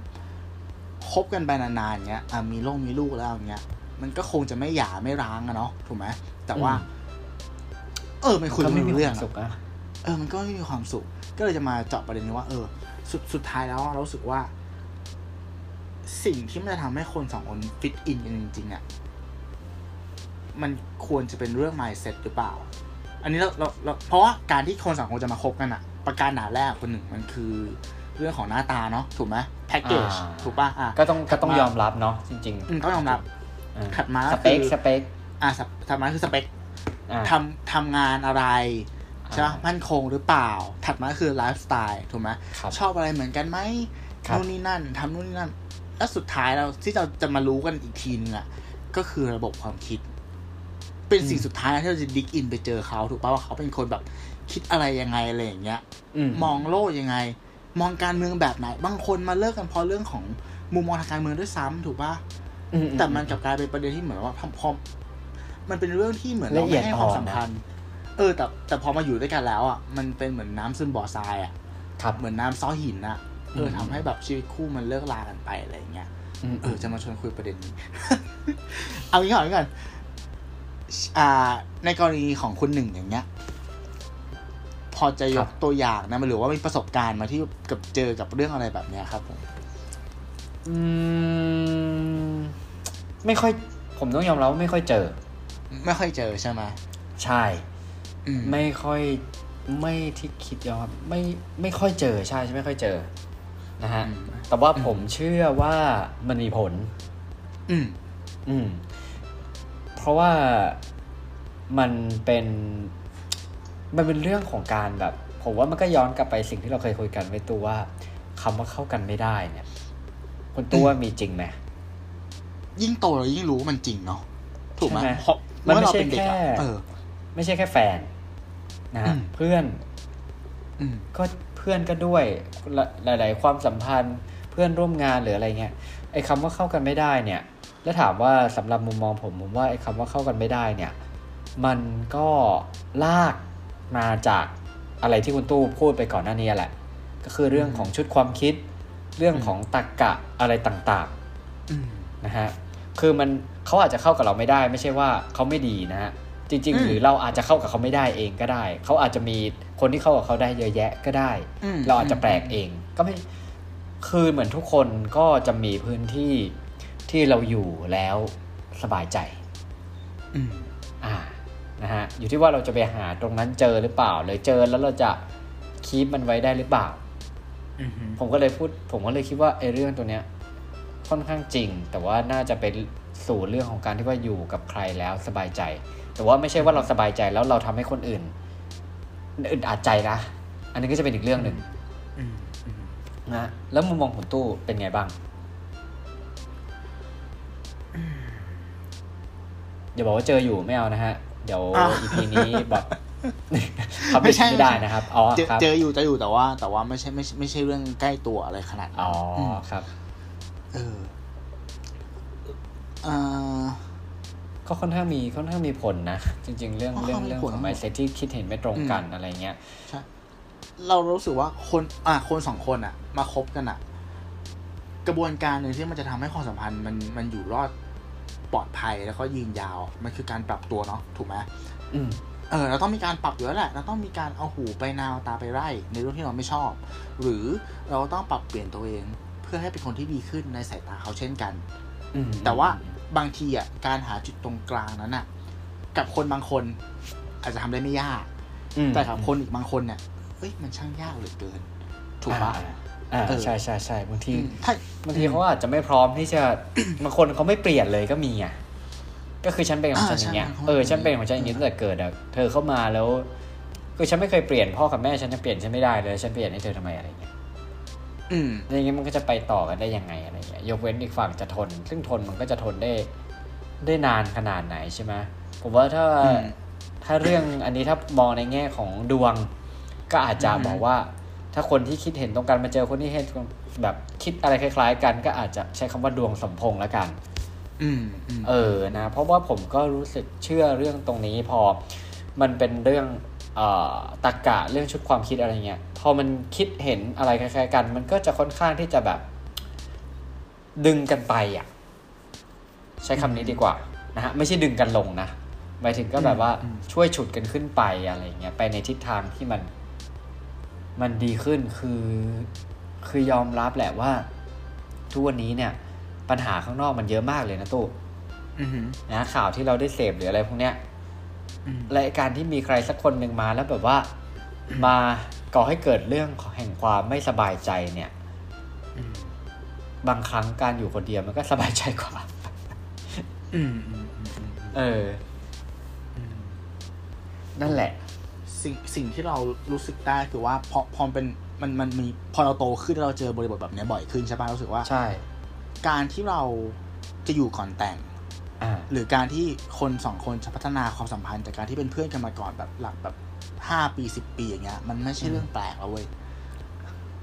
Speaker 1: คบกันไปนานๆเงี้ยอ่ะมีลูกมีลูกแล้วอย่างเงี้ย มันก็คงจะไม่หย่าไม่ร้างอะเนาะถูกไหมแต่ว่า เออมันคุยกันไม่รู้เรื่อง
Speaker 2: ก็
Speaker 1: อะ
Speaker 2: สุขนะ
Speaker 1: เออมันก็ไม่มีความสุข ก็เลยจะมาเจาะประเด็นนี้ว่า เออ สุดสุดท้ายแล้วเรารู้สึกว่า สิ่งที่มันจะทำให้คนสองคนฟิตอินกันจริงๆอะ่ะมันควรจะเป็นเรื่อง mindset หรือเปล่า อันนี้เราเราเราเพราะว่าการที่คนสองคนจะมาคบกันอะประการหนาแรกคนหนึ่งมันคือ เรื่องของหน้าตาเนาะถูกไหมแพ็กเกจ
Speaker 2: อ่า
Speaker 1: ถูกป่ะอ่ะ
Speaker 2: ก็ต้องก็ต้อง
Speaker 1: ถัดมาย ย
Speaker 2: อมรับเนาะจริง
Speaker 1: อืมต้องยอมรับ
Speaker 2: ๆอ่า
Speaker 1: ถัดมาก็
Speaker 2: สเปค
Speaker 1: คือ
Speaker 2: สเปค
Speaker 1: อ่ะสับทำมาคือสเปค
Speaker 2: อ่า
Speaker 1: ทำทำงานอะไรใช่ปะ
Speaker 2: อ่ามั่
Speaker 1: มั่นคงหรือเปล่า ถัดมาคือไลฟ์สไตล์ถูกไหม
Speaker 2: ครับ
Speaker 1: ชอบอะไรเหมือนกันไหม
Speaker 2: ครับ
Speaker 1: นู่นนี่นั่นทำนู่นนี่นั่น แล้วสุดท้ายเราที่เราจะมารู้กันอีกทีนึงอ่ะ ก็คือระบบความคิด เป็นสิ่งสุดท้ายที่เราจะดิกอินไปเจอเขาถูกป่ะว่าเขาเป็นคนแบบคิดอะไรยังไงอะไรอย่างเงี้ย มองโลกยังไง มองการเมืองแบบไหน บางคนมาเลิกกันเพราะเรื่องของมุมมองทางการเมืองด้วยซ้ำถูกป่ะ
Speaker 2: อือื
Speaker 1: แต่มันกลับกลายเป็นประเด็นที่เหมือนว่าพอพอมันเป็นเรื่องที่เหมือน
Speaker 2: ละ
Speaker 1: เรา
Speaker 2: เอีย
Speaker 1: ไม่
Speaker 2: ด
Speaker 1: ให้ค
Speaker 2: อ่อน
Speaker 1: วามสำคัญ เออ แต่แต่พอมาอยู่ด้วยกันแล้วอ่ะ มันเป็นเหมือนน้ำซึมบ่อทรายอ่ะ
Speaker 2: ครับ
Speaker 1: เหมือนน้ำซ้อหินนะเออ
Speaker 2: อืม
Speaker 1: ทำให้แบบชีวิตคู่มันเลิกลากันไปอะไรอย่างเงี้ย
Speaker 2: ม
Speaker 1: เออ จะมาชวนคุยประเด็นนี้ เอางี้ก่อนเอางี้ก่อนอ่า ในกรณีของคุณหนึ่งอย่างเงี้ย พอจะยกตัวอย่างนะหรือว่ามีประสบการณ์มาที่กับเจอกับเรื่องอะไรแบบเนี้ยครับผม
Speaker 2: อืมไม่ค่อย ผมต้องยอมรับว่าไม่ค่อยเจอ
Speaker 1: ไม่ค่อยเจอใช่ไหม
Speaker 2: ใช่
Speaker 1: อืม
Speaker 2: ไม่ค่อยไม่ที่คิดยอมรับไม่ไม่ค่อยเจอใช่ใช่ไม่ค่อยเจอนะฮะ
Speaker 1: อืม
Speaker 2: แต่ว่าผมเชื่อว่ามันมีผล
Speaker 1: อืม
Speaker 2: อืม เพราะว่ามันเป็น มันเป็นเรื่องของการแบบ ผมว่ามันก็ย้อนกลับไปสิ่งที่เราเคยคุยกันไว้ตัวว่าคำว่าเข้ากันไม่ได้เนี่ยคุณตัวมีจริงไหม
Speaker 1: ยิ่งโตเรายิ่งรู้ว่ามันจริงเนาะถูกไหม
Speaker 2: ใช่ไหม
Speaker 1: เพราะ
Speaker 2: มัน
Speaker 1: เมื่อ
Speaker 2: ไม่
Speaker 1: เรา
Speaker 2: ใช่
Speaker 1: เป็นเด็กอะ
Speaker 2: แค่
Speaker 1: เออ
Speaker 2: ไม่ใช่แค่แฟนนะฮะ
Speaker 1: อืม
Speaker 2: เพื่อน
Speaker 1: อืม
Speaker 2: ก็เพื่อนก็ด้วยหลายหลาย ๆ ความสัมพันธ์ เ พื่อนร่วมงานหรืออะไรเงี้ยไอ้คำว่าเข้ากันไม่ได้เนี่ย แล้วถามว่าสำหรับมุมมองผมผมว่าไอ้คำว่าเข้ากันไม่ได้เนี่ย มันก็ลากมาจากอะไรที่คุณตู้พูดไปก่อนหน้านี้แหละ ก็คือเรื่องของชุดความคิด เรื่องของตรรกกะอะไรต่าง
Speaker 1: อืม
Speaker 2: ๆนะฮะคือมันเขาอาจจะเข้ากับเราไม่ได้ ไม่ใช่ว่าเขาไม่ดีนะฮะจริง
Speaker 1: อืม
Speaker 2: ๆหรือเราอาจจะเข้ากับเขาไม่ได้เองก็ได้เขาอาจจะมีคนที่เข้ากับเขาได้เยอะแยะก็ได้
Speaker 1: ม
Speaker 2: เราอาจจะแปลกเองก็ไม่คือเหมือนทุกคนก็จะมีพื้นที่ที่เราอยู่แล้วสบายใจ
Speaker 1: อืม
Speaker 2: อ่านะฮะอยู่ที่ว่าเราจะไปหาตรงนั้นเจอหรือเปล่าหรือเจอแล้วเราจะคีปมันไว้ได้หรือเปล่า
Speaker 1: อืมฮึ
Speaker 2: ผมก็เลยพูด ผมก็เลยคิดว่าไอ้เรื่องตัวเนี้ยค่อนข้างจริง แต่ว่าน่าจะเป็นสู่เรื่องของการที่ว่าอยู่กับใครแล้วสบายใจ แต่ว่าไม่ใช่ว่าเราสบายใจแล้วเราทำให้คนอื่นอึดอัดใจนะอันนี้ก็จะเป็นอีกเรื่องหนึ่ง
Speaker 1: อืมอืม
Speaker 2: นะแล้วมุมมองของตู้เป็นไงบ้างอย่าบอกว่าเจออยู่ไม่เอานะฮะ เดี๋ยว
Speaker 1: อ้าว
Speaker 2: อีพี นี้แบบทำ
Speaker 1: ไม่
Speaker 2: ไม่
Speaker 1: ใช่
Speaker 2: ใช่ได้นะครับอ๋อ
Speaker 1: เจอ
Speaker 2: ครับ
Speaker 1: เจออยู่เจออยู่แต่ว่า แต่ว่าไม่ใช่ไม่ใช่ไม่ใช่เรื่องใกล้ตัวอะไรขนาดนั้น
Speaker 2: อ๋อ
Speaker 1: ม
Speaker 2: ครับ
Speaker 1: เออเออ
Speaker 2: ก็ค่อนข้างมีค่อนข้างมีผลนะ จริง ๆ เรื่อง
Speaker 1: ค่อน
Speaker 2: เรื่อง
Speaker 1: ข้างมี
Speaker 2: เรื่อง
Speaker 1: ผ
Speaker 2: ข
Speaker 1: ล
Speaker 2: อง mindset ที่คิดเห็นไม่ตรง
Speaker 1: อืม
Speaker 2: กันอะไรเงี้ย
Speaker 1: ใช่เรารู้สึกว่าคนอ่ะคนสองคนอ่ะ มาคบกันอ่ะ กระบวนการหนึ่งที่มันจะทำให้ความสัมพันธ์มันมันอยู่รอดปลอดภัยแล้วก็ยืนยาว มันคือการปรับตัวเนาะถูกไหม
Speaker 2: อืม
Speaker 1: เออเราต้องมีการปรับอยู่แล้วแหละเราต้องมีการเอาหูไปนาวตาไปไร่ ในเรื่องที่เราไม่ชอบ หรือเราต้องปรับเปลี่ยนตัวเอง เพื่อให้เป็นคนที่ดีขึ้นในสายตาเขาเช่นกัน
Speaker 2: อืม
Speaker 1: แต่ว่าบางทีอ่ะการหาจุดตรงกลางนั้นอ่ะ กับคนบางคนอาจจะทำได้ไม่ยาก
Speaker 2: อืม
Speaker 1: แต่กับคนอีกบางคนเนี่ยเอ้ยมันช่างยากเหลือเกิน ถูกปะ
Speaker 2: อ่าอ่า
Speaker 1: เออ
Speaker 2: ใช่ใช่ใช่บางที
Speaker 1: อืมถ้า
Speaker 2: บางทีเขาอาจจะไม่พร้อมที่จะ บางคนเขาไม่เปลี่ยนเลยก็มีอ่ะก็คือฉันเป็นของฉันอ
Speaker 1: อ่า
Speaker 2: ย่างเงี้ย
Speaker 1: ใช่เขา
Speaker 2: เออ
Speaker 1: เป็น
Speaker 2: ฉันเป็นของฉันอย่างนี้
Speaker 1: อืม
Speaker 2: ตั้งแต่เกิดอ่ะเธอเข้ามาแล้วคือฉันไม่เคยเปลี่ยนพ่อกับแม่ฉันจะเปลี่ยนฉันไม่ได้เลยฉันเปลี่ยนให้เธอทำไมอะไรเงี้ย
Speaker 1: อืม
Speaker 2: แล้วอย่างเงี้ยมันก็จะไปต่อกันได้ยังไงอะไรเงี้ยยกเว้นอีกฝั่งจะทน ซึ่งทนมันก็จะทนได้ได้นานขนาดไหนใช่ไหมผมว่าถ้า
Speaker 1: อืม
Speaker 2: ถ้าเรื่องอันนี้ถ้ามองในแง่ของดวง ก็อาจจะ
Speaker 1: อืม
Speaker 2: บอกว่า ถ้าคนที่คิดเห็นตรงกันมาเจอคนที่เห็นแบบคิดอะไรคล้าย ๆ กันก็อาจจะใช้คำว่าดวงสมพงษ์แล้วกัน
Speaker 1: อืมอืม
Speaker 2: เออนะเพราะว่าผมก็รู้สึกเชื่อเรื่องตรงนี้พอมันเป็นเรื่องเอ่อตรรกะเรื่องชุดความคิดอะไรเงี้ยพอมันคิดเห็นอะไรคล้ายๆ กัน มันก็จะค่อนข้างที่จะแบบ ดึงกันไปอ่ะ ใช้คำนี้ดีกว่านะฮะไม่ใช่ดึงกันลงนะหมายถึงก็แบบว่าช่วยฉุดกันขึ้นไปอะไรเงี้ยไปในทิศทางที่มัน มันดีขึ้นคือคือยอมรับแหละว่า ทุกวันนี้เนี่ย ปัญหาข้างนอกมันเยอะมากเลยนะตู้
Speaker 1: อืม
Speaker 2: นะข่าวที่เราได้เสพหรืออะไรพวกเนี้ย
Speaker 1: อืม
Speaker 2: และไอ้การที่มีใครสักคนหนึ่งมาแล้วแบบว่า มาก่อให้เกิดเรื่องของแห่งความไม่สบายใจเนี่ย
Speaker 1: อืม
Speaker 2: บางครั้งการอยู่คนเดียวมันก็สบายใจกว่า
Speaker 1: อืมอืมอืมอืม
Speaker 2: เออ
Speaker 1: อืม
Speaker 2: นั่นแหละ
Speaker 1: สิ่งสิ่งที่เรารู้สึกได้คือว่าพอพอเป็นมันมันมีพอเราโตขึ้นแล้วเราเจอบริบทแบบเนี้ยบ่อยขึ้นใช่ปะรู้สึกว่า
Speaker 2: ใช่
Speaker 1: การที่เราจะอยู่ก่อนแต่ง
Speaker 2: อ่า
Speaker 1: หรือการที่คนสองคนจะพัฒนาความสัมพันธ์จากการที่เป็นเพื่อนกันมาก่อนแบบหลักแบบห้าปีสิบปีอย่างเงี้ยมันไม่ใช่เรื่องแปลกแล้วเว้ย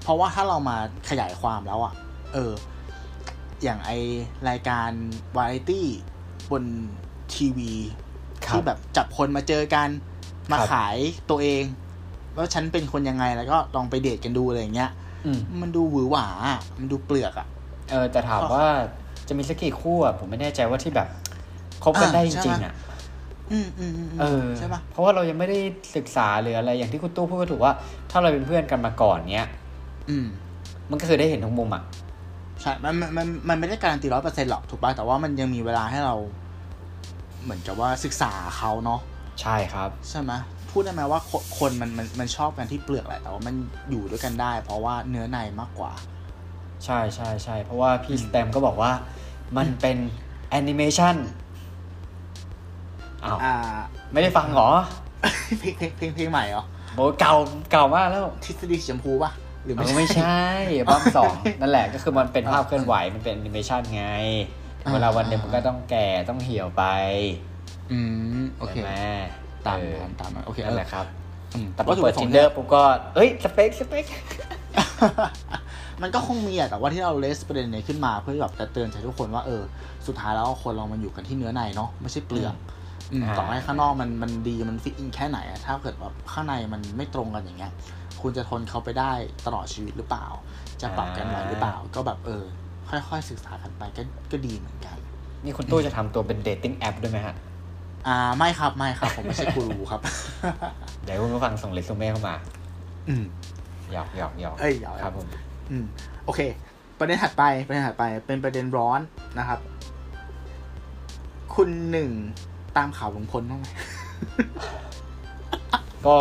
Speaker 1: เพราะว่าถ้าเรามาขยายความแล้วอะเออ อย่างไอรายการวาไรตี้บนทีวี
Speaker 2: ครับ
Speaker 1: ที่แบบจับคนมาเจอกัน มา
Speaker 2: ครับ
Speaker 1: ขายตัวเอง ว่าฉันเป็นคนยังไงแล้วก็ลองไปเดทกันดูอะไรอย่างเงี้ย
Speaker 2: อืม
Speaker 1: มันดูหวือหวาอะมันดูเปลือกอะ
Speaker 2: เออแต่ถามว่าจะมีสักกี่คู่อ่ะผมไม่แน่ใจว่าที่แบบคบกันได้จ
Speaker 1: อ่าใช่
Speaker 2: ริง
Speaker 1: ปะ
Speaker 2: ๆอ่ะ
Speaker 1: อืมอืมอืมอืม
Speaker 2: เออ
Speaker 1: ใช่ปะ
Speaker 2: เพราะว่าเรายังไม่ได้ศึกษาหรืออะไรอย่างที่คุณตู้พูดก็ถูกว่า ถ้าเราเป็นเพื่อนกันมาก่อนเนี้ย
Speaker 1: อืม
Speaker 2: มันก็คือได้เห็นทุกมุมอ่ะ
Speaker 1: ใช่มันมัน มัน มันไม่ได้การันตีร้อยเปอร์เซ็นต์หรอก ถูกป่ะ แต่ว่ามันยังมีเวลาให้เรา เหมือนกับว่าศึกษาเขาเนาะ
Speaker 2: ใช่ครับ
Speaker 1: ใช่ไหมพูดได้ไหมว่าคนคนมัน มัน มันชอบกันที่เปลือกแหละ แต่ว่ามันอยู่ด้วยกันได้ เพราะว่าเนื้อในมากกว่า
Speaker 2: ใช่ใช่ใช่เพราะว่าพี่สแตมก็บอกว่ามันเป็นแอนิเมชันอ้าว
Speaker 1: อ่า
Speaker 2: ไม่ได้ฟังเหรอ
Speaker 1: เพลงเพลงเพลงเพลงใหม่เหรอ
Speaker 2: โบเก่าเก่ามากแล้ว
Speaker 1: ทฤษฎีสีชมพูป่ะ หรือ
Speaker 2: เอ
Speaker 1: ไม่
Speaker 2: อ
Speaker 1: ใช่
Speaker 2: ไม่ใช่ บ้ามสองนั่นแหละก็คือมันเป็นภาพเคลื่อนไหวมันเป็นแอนิเมชันไงถึงเวลาวันหนึ่งมันก็ต้องแก่ต้องเหี่ยวไป
Speaker 1: อืม โอเค
Speaker 2: ใช่ไหม
Speaker 1: ตาม
Speaker 2: เออ
Speaker 1: ตามตามโอเค
Speaker 2: นั่นแหละครับ
Speaker 1: อืม
Speaker 2: แต่พ
Speaker 1: ก็
Speaker 2: อ
Speaker 1: ถือ
Speaker 2: เปิด
Speaker 1: ว่าส
Speaker 2: ทิ
Speaker 1: ง
Speaker 2: น
Speaker 1: แง่
Speaker 2: เดอร์ปุ๊บก็เอ้ยสเปคสเปค
Speaker 1: มันก็คงมีอะแต่ว่าที่เราเลสประเด็นนี้ขึ้นมาเพื่อแบบจะเตือนใจทุกคนว่าเออ สุดท้ายแล้วคนเรามันอยู่กันที่เนื้อในเนาะไม่ใช่เปลือกอืม
Speaker 2: อ่า
Speaker 1: ต่อให้ข้างนอกมันมันดีมันฟิตอินแค่ไหนอะถ้าเกิดว่าข้างในมันไม่ตรงกันอย่างเงี้ย คุณจะทนเขาไปได้ตลอดชีวิตหรือเปล่า จะปรับกันไหวหรือเปล่า ก็แบบเออ ค่อยๆศึกษากันไปก็ก็ดีเหมือนกัน
Speaker 2: นี่คุณตู้จะทำตัวเป็นเดทติ้งแอปด้วยไหมฮะ
Speaker 1: อ่าไม่ครับไม่ครับ ผมไม่ใช่กูรูครับ
Speaker 2: เดี๋ยวคุณผู้ฟังส่งเรซูเม่เข้ามา
Speaker 1: อืม
Speaker 2: หยอกหยอกหยอก
Speaker 1: เอ้ยหยอก
Speaker 2: ครับผม
Speaker 1: อืมโอเค ประเด็นถัดไปประเด็นถัดไปเป็นประเด็นร้อนนะครับ คุณหนึ่งตามข่าวลุงพลบ้างไหม
Speaker 2: ก็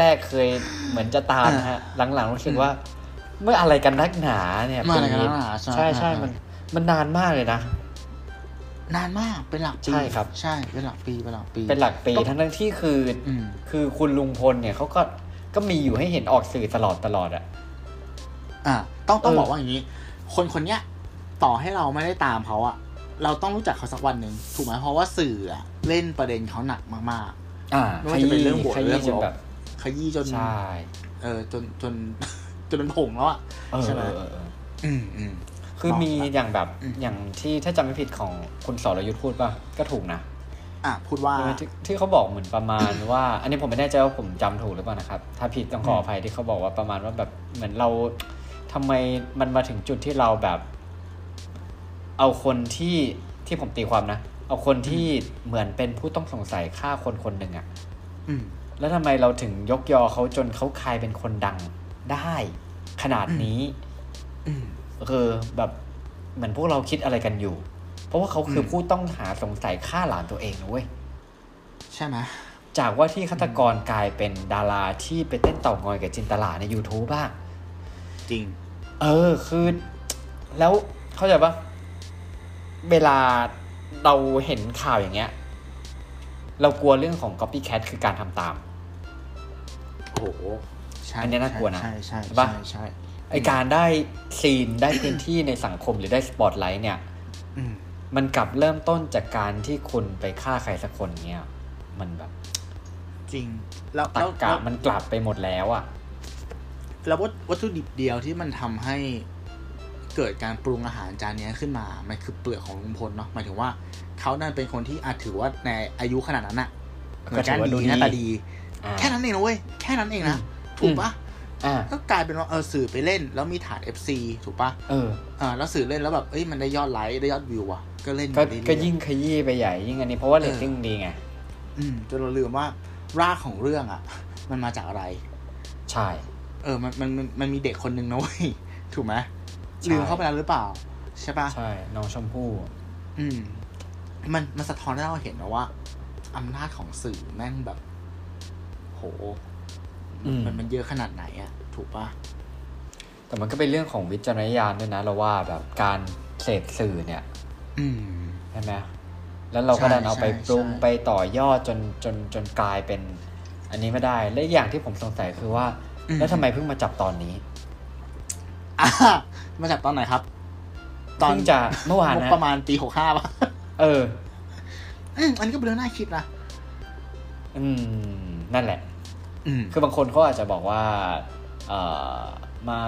Speaker 2: แรก ๆ เคยเหมือนจะตามนะฮะ หลังๆรู้สึกว่า เมื่ออะไรกันนักหนาเนี่ย
Speaker 1: เมื่ออะไรกันนักหนาใช่
Speaker 2: ใช่ใช่
Speaker 1: ใช่
Speaker 2: มันมันนานมากเลยนะ
Speaker 1: นานมากเป็นหลักปี
Speaker 2: ใช่ครับ
Speaker 1: ใช่เป็นหลักปีเป็นหลักปี
Speaker 2: เป็นหลักปี
Speaker 1: ก็
Speaker 2: ทั้งทั้งๆที่คืออ
Speaker 1: อืม
Speaker 2: คือคุณลุงพลเนี่ยเขาก็ก็มีอยู่ให้เห็นออกสื่อตลอดตลอดอะ
Speaker 1: อ่าต้องต้อง
Speaker 2: เออ
Speaker 1: บอกว่าอย่างนี้ คนคนเนี้ยต่อให้เราไม่ได้ตามเขาอะเราต้องรู้จักเขาสักวันหนึ่งถูกไหมเพราะว่าสื่ออะเล่นประเด็นเขาหนักมาก
Speaker 2: อ่า
Speaker 1: ไม่ว่าจะเป็นเรื่องบวก
Speaker 2: ข
Speaker 1: เรื่อง
Speaker 2: ยี้จน
Speaker 1: ลบ
Speaker 2: แบบ
Speaker 1: ๆ ขยี้จน
Speaker 2: ใช่
Speaker 1: เออจนจน จนเป็นผงแล้วอะ
Speaker 2: เออ
Speaker 1: ใช่ไหม
Speaker 2: เออเออ
Speaker 1: อืมอืม
Speaker 2: คือมีอย่างแบบ
Speaker 1: อืม
Speaker 2: อย่างที่ถ้าจำไม่ผิดของคุณสรยุทธพูดป่ะ ก็ถูกนะ
Speaker 1: อ่ะพูดว่า
Speaker 2: ใช่ไหมที่ที่เขาบอกเหมือนประมาณ ว่า อันนี้ผมไม่แน่ใจว่าผมจำถูกหรือเปล่านะครับ ถ้าผิดต้องขออภัยที่เขาบอกว่าประมาณว่าแบบเหมือนเราทำไมมันมาถึงจุดที่เราแบบ เอาคนที่ที่ผมตีความนะ เอาคนที่เหมือนเป็นผู้ต้องสงสัยฆ่าคนคนหนึ่งอะ
Speaker 1: อืม
Speaker 2: แล้วทำไมเราถึงยกยอเขาจนเขากลายเป็นคนดังได้ ขนาดนี้
Speaker 1: อืม
Speaker 2: คือแบบเหมือนพวกเราคิดอะไรกันอยู่ เพราะว่าเขาคืออ
Speaker 1: ม
Speaker 2: ผู้ต้องหาสงสัยฆ่าหลานตัวเองนะเว้ย
Speaker 1: ใช่ไหม
Speaker 2: จากว่าที่ฆาตกรกลายเป็นดาราที่ไปเต้นเต่างอยกับจินตลาใน YouTube บ้าง
Speaker 1: จริง
Speaker 2: เออ คือ แล้วเข้าใจปะเวลาเราเห็นข่าวอย่างเงี้ย เรากลัวเรื่องของ copycat คือการทำตาม
Speaker 1: โอ้โหใช่
Speaker 2: อันเนี้ยน่ากลัวนะ
Speaker 1: ใช่ใช่ใช่
Speaker 2: ใช่ปะ
Speaker 1: ใช่ใช่
Speaker 2: ไอการได้ซีนได้พื้นที่ในสังคมหรือได้สปอตไลท์เนี่ย
Speaker 1: อืม
Speaker 2: มันกลับเริ่มต้นจากการที่คุณไปฆ่าใครสักคนเนี้ย มันแบบ
Speaker 1: จริง แล้ว
Speaker 2: ตั
Speaker 1: แล้ว
Speaker 2: ก
Speaker 1: แล้
Speaker 2: กะ
Speaker 1: ว
Speaker 2: มันกลับไปหมดแล้วอะ่ะ
Speaker 1: แล้ววัตวัตถุดิบเดียวที่มันทำให้เกิดการปรุงอาหารจานเนี้ยขึ้นมา มันคือเปลือกของลุงพลเนาะหมายถึงว่าเขานั่นเป็นคนที่อาจถือว่าในอายุขนาดนั้นอะเหมือนกัน
Speaker 2: ก็ถือว่าดู
Speaker 1: ดี
Speaker 2: ดี
Speaker 1: หน้าตาดี
Speaker 2: อ่า
Speaker 1: แค่นั้นเองนะเว้ย แค่นั้นเองนะ
Speaker 2: อืม
Speaker 1: ถูกปะ
Speaker 2: อ่า
Speaker 1: ก็กลายเป็นว่าเออสื่อไปเล่น แล้วมีฐาน FC ถูกปะ
Speaker 2: เออ
Speaker 1: อ่าแล้วสื่อเล่นแล้วแบบเอ้ยมันได้ยอดไลค์ได้ยอดวิวอะก็เล่นไป
Speaker 2: ก็
Speaker 1: เรื่อ
Speaker 2: ก็ยิ่งขยี้ไปใหญ่ ยิ่งอันนี้เพราะว่า
Speaker 1: เอ
Speaker 2: เร
Speaker 1: อ
Speaker 2: ตติ้งดีไง
Speaker 1: อืมจนเราลืมว่ารากของเรื่องอะ มันมาจากอะไร
Speaker 2: ใช่
Speaker 1: เออ มัน มัน มันมันมีเด็กคนหนึ่งนะเว้ย ถูกไหม
Speaker 2: ใช่
Speaker 1: ลืมเข้าไปแล้วหรือเปล่า ใช่ปะ
Speaker 2: ใช่ น้องชมพู่
Speaker 1: อืม มัน มันสะท้อนให้เราเห็นนะว่าอำนาจของสื่อแม่งแบบ โห
Speaker 2: อืม
Speaker 1: มัน มันเยอะขนาดไหนอะถูกปะ
Speaker 2: แต่มันก็เป็นเรื่องของวิจารณญาณด้วยนะเราว่าแบบการเสพสื่อเนี่ย
Speaker 1: อืม
Speaker 2: ใช่ไหมแล้วเราก็ดันเอาไป
Speaker 1: ใช่ใช่
Speaker 2: ปรุง
Speaker 1: ใช่
Speaker 2: ไปต่อยอดจนจนจนกลายเป็น อันนี้ไม่ได้ และอีกอย่างที่ผมสงสัยคือว่า แล้วทำไมเพิ่งมาจับตอนนี้
Speaker 1: อ่ะมา จากตอนไหนครับ ตอน
Speaker 2: เพิ่งจะเมื่อวานนะ
Speaker 1: ประมาณปีหกห้าป่ะ
Speaker 2: เออ
Speaker 1: อืมอันนี้ก็เป็นเรื่องน่าคิดนะ
Speaker 2: อืม นั่นแหละ
Speaker 1: อืม
Speaker 2: คือบางคนเขาอาจจะบอกว่าเอ่อมา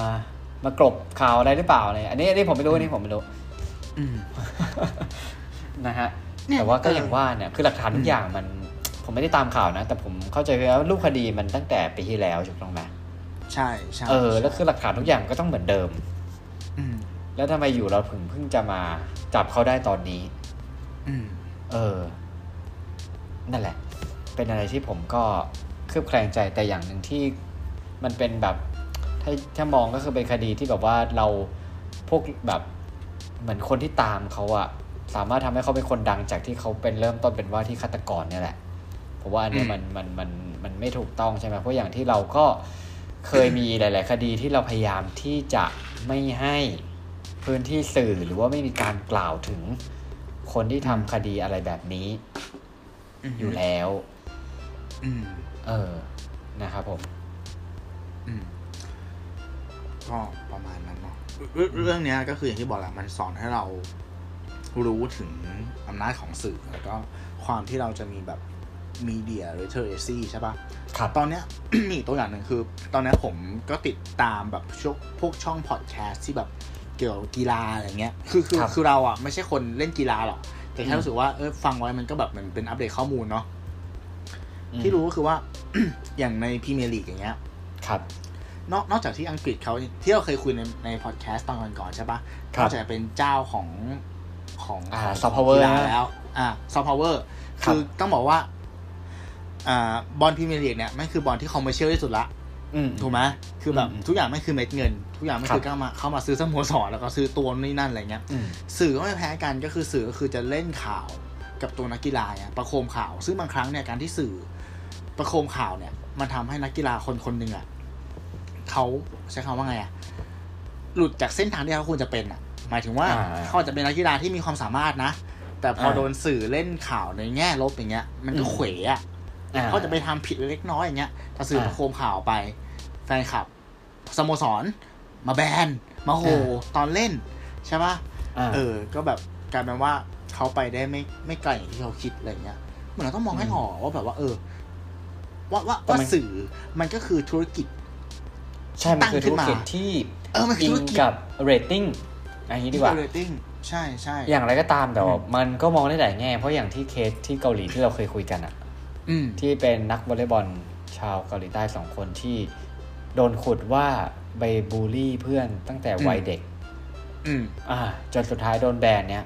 Speaker 2: มากรบข่าวอะไรหรือเปล่าอะไรอันนี้อันนี้ผมไม่รู้อันนี้ผมไม่รู้
Speaker 1: อืม
Speaker 2: นะฮะ
Speaker 1: เนี่ย
Speaker 2: แต่ว่าก็
Speaker 1: เออ
Speaker 2: อ
Speaker 1: อย่าง
Speaker 2: ว่าเนี่ยคือหลักฐานทุ
Speaker 1: อื
Speaker 2: ก
Speaker 1: ม
Speaker 2: อย่างมันผมไม่ได้ตามข่าวนะ แต่ผมเข้าใจว่ารูปคดีมันตั้งแต่ปีที่แล้วถูกต้องไหม
Speaker 1: ใช่ใช่
Speaker 2: เออ แล้วคือหลักฐานทุกอย่างก็ต้องเหมือนเดิม
Speaker 1: อืม
Speaker 2: แล้วทำไมอยู่เราถึงเพิ่งจะมาจับเขาได้ตอนนี้
Speaker 1: อืม
Speaker 2: เออ นั่นแหละ เป็นอะไรที่ผมก็เครือบแคลงใจแต่อย่างหนึ่งที่มันเป็นแบบ ถ้าถ้ามองก็คือเป็นคดีที่แบบว่าเราพวกแบบเหมือนคนที่ตามเขาอะสามารถทำให้เขาเป็นคนดังจากที่เขาเป็นเริ่มต้นเป็นว่าที่ฆาตกรเนี่ยแหละผมว่าอันเนี้
Speaker 1: อื
Speaker 2: ย
Speaker 1: ม
Speaker 2: มันมันมันมันไม่ถูกต้องใช่ไหมเพราะอย่างที่เราก็เคยมีหลาย ๆ คดีที่เราพยายามที่จะไม่ให้พื้นที่สื่อหรือว่าไม่มีการกล่าวถึงคนที่ทำคดีอะไรแบบนี้
Speaker 1: ม
Speaker 2: อยู่แล้ว
Speaker 1: อืม
Speaker 2: เออนะครับผม
Speaker 1: อืมก็ประมาณนั้นเนาะเรื่องเรื่องเนี้ยก็คืออย่างที่บอกแหละมันสอนให้เรารู้ถึงอำนาจของสื่อแล้วก็ความที่เราจะมีแบบ media literacy ใช่ปะ
Speaker 2: ครับ
Speaker 1: ตอนเนี้ย มีอีกตัวอย่างหนึ่งคือ ตอนเนี้ยผมก็ติดตามแบบช่วงพวกช่องพอดแคสต์ที่แบบเกี่ยวกับกีฬาอะไรเงี้ย คือคือ
Speaker 2: ครับ
Speaker 1: คือเราอ่ะไม่ใช่คนเล่นกีฬาหรอก แต่แค่
Speaker 2: อืม
Speaker 1: รู้สึกว่าเออฟังไว้มันก็แบบเหมือนเป็นอัปเดตข้อมูลเนาะ
Speaker 2: อืม
Speaker 1: ที่รู้ก็คือว่า อย่างในพรีเมียร์ลีกอย่างเงี้ย
Speaker 2: ครับ
Speaker 1: นอกนอกจากที่อังกฤษเขาที่เราเคยคุยในในพอดแคสต์ตอนก่อนๆใช่ปะ
Speaker 2: ครั
Speaker 1: น
Speaker 2: บ
Speaker 1: อกจากจะเป็นเจ้าของของ
Speaker 2: อ่า
Speaker 1: ขง
Speaker 2: soft power
Speaker 1: กีฬแล้ว อ่าซอฟต์พาวเวอร์
Speaker 2: ครั
Speaker 1: คื
Speaker 2: บ
Speaker 1: อต้องบอกว่า อ่าบอลพรีเมียร์ลีกเนี่ยมันคือบอลที่คอมเมอร์เชียลที่สุดละ
Speaker 2: อืม
Speaker 1: ถูกไหมคือแบบ
Speaker 2: อืม
Speaker 1: ทุกอย่างไม่คือเม็ดเงิน ทุกอย่างไม่
Speaker 2: ครับ
Speaker 1: คือเข้ามาเข้ามาซื้อสโมสรแล้วก็ซื้อตัวนู่นนี่นั่นอะไรเงี้ย
Speaker 2: อืม
Speaker 1: สื่อก็ไม่แพ้กันก็คือสื่อก็คือจะเล่นข่าวกับตัวนักกีฬาเนี่ยประโคมข่าว ซึ่งบางครั้งเนี่ยการที่สื่อประโคมข่าวเนี่ย มันทำให้นักกีฬาคนคนหนึ่งอ่ะเขาใช้คำว่าไงอ่ะหลุดจากเส้นทางที่เขาควรจะเป็นอ่ะ หมายถึงว่า
Speaker 2: อ่า
Speaker 1: เขาอาจจะเป็นนักกีฬาที่มีความสามารถนะ แต่พออา โดนสื่อเล่นข่าวในแง่ลบอย่างเงี้ย มันก็
Speaker 2: อืม
Speaker 1: เขวอ่ะ
Speaker 2: อ่
Speaker 1: เขาจะไปทำผิดเล็กน้อยอย่างเงี้ยแต่สื่อ
Speaker 2: อ่า
Speaker 1: มาโคมข่าวไป แฟนคลับสโมสร มาแบน มาโห
Speaker 2: อ่
Speaker 1: ตอนเล่น ใช่ปะ
Speaker 2: อ่า
Speaker 1: เออ ก็แบบกลายเป็นว่าเขาไปได้ไม่ไม่ไกลอย่างที่เขาคิดอะไรเงี้ย เหมือนเราต้องมองให้
Speaker 2: อืม
Speaker 1: ออกว่าแบบว่า เออ ว่าว่า
Speaker 2: แต่
Speaker 1: ว่า
Speaker 2: มัน
Speaker 1: สื่อมันก็คือธุรกิจ
Speaker 2: ใช่มันคือ
Speaker 1: ตั้งขึ้
Speaker 2: ธุ
Speaker 1: น
Speaker 2: ร
Speaker 1: มา
Speaker 2: กิจที่
Speaker 1: เออมันคือธุรกิจ
Speaker 2: งกับเรตติ้งอันนี้ดีกว่า
Speaker 1: เรตติ้งใช่ใช่
Speaker 2: อย่างไรก็ตามแต่ว่า
Speaker 1: อืม
Speaker 2: มันก็มองได้หลายแง่ เพราะอย่างที่เคสที่เกาหลีที่เราเคยคุยกันอะ
Speaker 1: อืม
Speaker 2: ที่เป็นนักวอลเลย์บอลชาวเกาหลีใต้สองคนที่โดนขุดว่าไปบูลลี่เพื่อนตั้งแต่วัย
Speaker 1: อืม
Speaker 2: เด็ก
Speaker 1: อืม
Speaker 2: อ่าจนสุดท้ายโดนแบนเนี่ย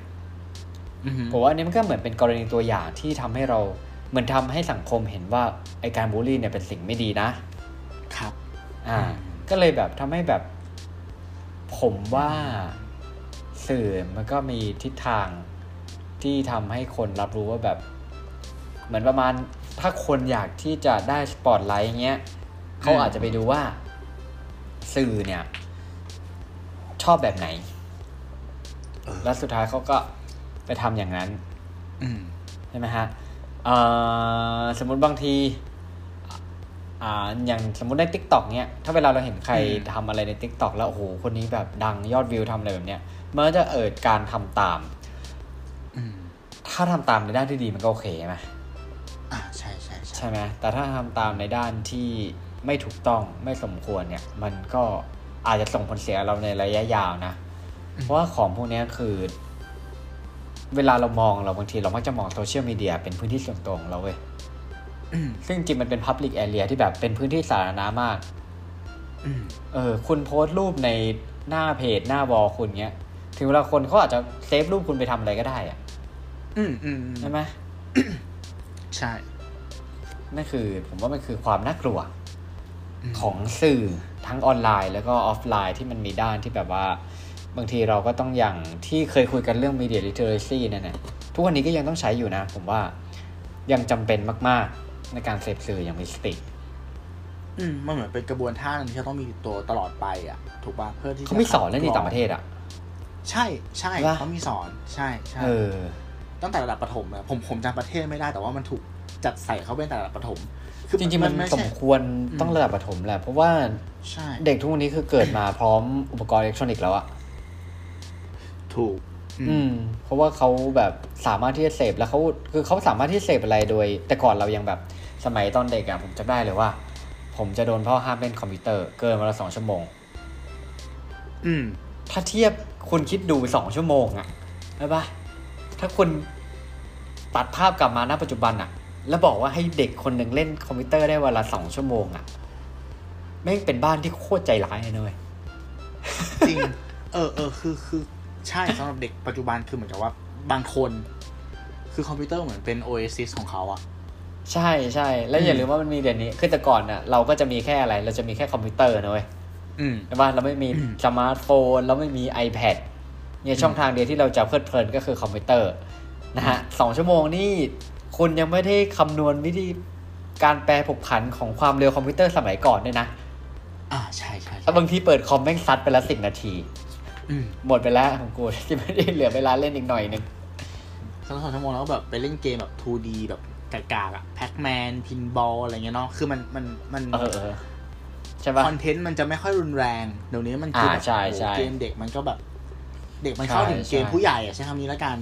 Speaker 1: อืม
Speaker 2: ผมว่าอันนี้มันก็เหมือนเป็นกรณีตัวอย่างที่ทำให้เราเหมือนทำให้สังคมเห็นว่าไอการบูลลี่เนี่ยเป็นสิ่งไม่ดีนะ
Speaker 1: ครับ
Speaker 2: อ่า
Speaker 1: อืม
Speaker 2: ก็เลยแบบทำให้แบบ ผมว่าสื่อมันก็มีทิศทางที่ทำให้คนรับรู้ว่าแบบ เหมือนประมาณถ้าคนอยากที่จะได้สปอตไลท์เงี้ยเขาอาจจะไปดูว่า สื่อเนี่ย ชอบแบบไหน
Speaker 1: เออ
Speaker 2: แล้วสุดท้ายเขาก็ไปทำอย่างนั้น
Speaker 1: อืม
Speaker 2: ใช่ไหมฮะเอ่อสมมุติบางทีอ่าอย่างสมมุติใน t ิ k t o k เนี้ย ถ้าเวลาเราเห็นใคร
Speaker 1: อืม
Speaker 2: ทำอะไรใน t ิ k t o k แล้วโอ้โห คนนี้แบบดังยอดวิวทำอะไรแบบเนี้ย มันก็จะเอิดการทำตาม
Speaker 1: อืม
Speaker 2: ถ้าทำตามในด้านที่ดีมันก็โอเคใช่ไหม
Speaker 1: อ่าใช่ใช่ใช่
Speaker 2: ใช่ไหมแต่ถ้าทำตามในด้านที่ไม่ถูกต้องไม่สมควรเนี่ย มันก็อาจจะส่งผลเสียกับเราในระยะยาวนะ เพราะว่าของพวกเนี้ยคือ เวลาเรามองเราบางทีเรามักจะมองโซเชียลมีเดียเป็นพื้นที่ส่วนตัวของเราเว้ย
Speaker 1: อืม
Speaker 2: ซึ่งจริงมันเป็น Public Area ที่แบบเป็นพื้นที่สาธารณะมาก
Speaker 1: อืม
Speaker 2: เออ คุณโพสต์รูปในหน้าเพจหน้าวอลคุณเงี้ย ถึงเวลาคนเขาอาจจะเซฟรูปคุณไปทำอะไรก็ได้อะ
Speaker 1: อืมอืม
Speaker 2: ใช่ไหม
Speaker 1: ใช่
Speaker 2: นั่นคือ ผมว่ามันคือความน่ากลัว
Speaker 1: ม
Speaker 2: ของสื่อทั้งออนไลน์ แล้วก็ออฟไลน์ที่มันมีด้านที่แบบว่า บางทีเราก็ต้องอย่างที่เคยคุยกันเรื่อง media literacy นั่นแหละทุกวันนี้ก็ยังต้องใช้อยู่นะ ผมว่ายังจำเป็นมาก ๆ ในการเสพสื่ออย่างมีสติ
Speaker 1: อืมมันเหมือนเป็นกระบวนท่าหนึงที่เขาต้องมีติดตัวตลอดไปอ่ะ ถูกป่ะเพื่อที่จะ
Speaker 2: เขาไม่สอนเรื่องนี้ต่างประเทศอ่ะ
Speaker 1: ใช่ใช่
Speaker 2: ใช่ปะ
Speaker 1: เขามีสอนใช่ใช่
Speaker 2: เออ
Speaker 1: ตั้งแต่ระดับประถมเลยผมผมจำประเทศไม่ได้แต่ว่ามันถูกจัดใส่เข้าไปตั้งแต่ระดับประถม คื
Speaker 2: จริงๆ มัน
Speaker 1: ไใช่
Speaker 2: สมควร
Speaker 1: อืม
Speaker 2: ต้องระดับประถมแหละเพราะว่า
Speaker 1: ใช่
Speaker 2: เด็กทุกวันนี้คือเกิดมาพร้อมอุปกรณ์อิเล็กทรอนิกส์แล้วอะ
Speaker 1: ถูก อื
Speaker 2: อื
Speaker 1: ม
Speaker 2: ม เพราะว่าเขาแบบสามารถที่จะเสพแล้วเขาคือเขาสามารถที่จะเสพอะไรโดย แต่ก่อนเรายังแบบสมัยตอนเด็กอะผมจำได้เลยว่า ผมจะโดนพ่อห้ามเล่นคอมพิวเตอร์เกินวันละสองชั่วโมง
Speaker 1: อืม
Speaker 2: ถ้าเทียบคุณคิดดูสองชั่วโมงอะใช่ปะถ้าคุณตัดภาพกลับมาณปัจจุบันอะแล้วบอกว่าให้เด็กคนหนึ่งเล่นคอมพิวเตอร์ได้วันละสองชั่วโมงอะแม่งเป็นบ้านที่โคตรใจร้ายเลยนะเว้ย
Speaker 1: จริง เออเออคือคือใช่สำหรับเด็กปัจจุบันคือเหมือนกับว่าบางคน คือคอมพิวเตอร์เหมือนเป็นโอเอซิสของเขาอ่ะ
Speaker 2: ใช่ใช่แล้วอย่าลืมว่ามันมีเดี๋ยวนี้คือแต่ก่อนน่ะเราก็จะมีแค่อะไร เราจะมีแค่คอมพิวเตอร์นะเว้ย
Speaker 1: อืม
Speaker 2: ใช่ป่ะเราไม่มี
Speaker 1: อืม
Speaker 2: สมาร์ทโฟน เราไม่มี iPad เนี่ยช่องทางเดียวที่เราจะเพลิดเพลินก็คือคอมพิวเตอร์นะฮะสองชั่วโมงนี่คุณยังไม่ได้คำนวณวิธีการแปรผกผันของความเร็วคอมพิวเตอร์สมัยก่อนด้วยนะ
Speaker 1: อ่าใช่ใช่ใช่
Speaker 2: แล้วบางทีเปิดคอมแม่งซัดไปละสิบนาที
Speaker 1: อืม
Speaker 2: หมดไปแล้วของกูที่ไม่ได้เหลือเวลาเล่นอีกหน่อยนึง
Speaker 1: สองสองชั่วโมงแล้วก็แบบไปเล่นเกมแบบ 2D แบบกากๆอ่ะแพ็กแมนพินบอลอะไรเงี้ยเนาะคือมันมันมัน
Speaker 2: เออเออใช่ป่ะ
Speaker 1: คอนเทนต์มันจะไม่ค่อยรุนแรง เดี๋ยวนี้มันคือแบบ
Speaker 2: อ่าใช่ใช่
Speaker 1: โอ้โหเกมเด็กมันก็แบบ เด็กมัน
Speaker 2: ใช่
Speaker 1: เข้าถึงเกม
Speaker 2: ใช่
Speaker 1: ผู้ใหญ่อะใช้คำนี้ละกัน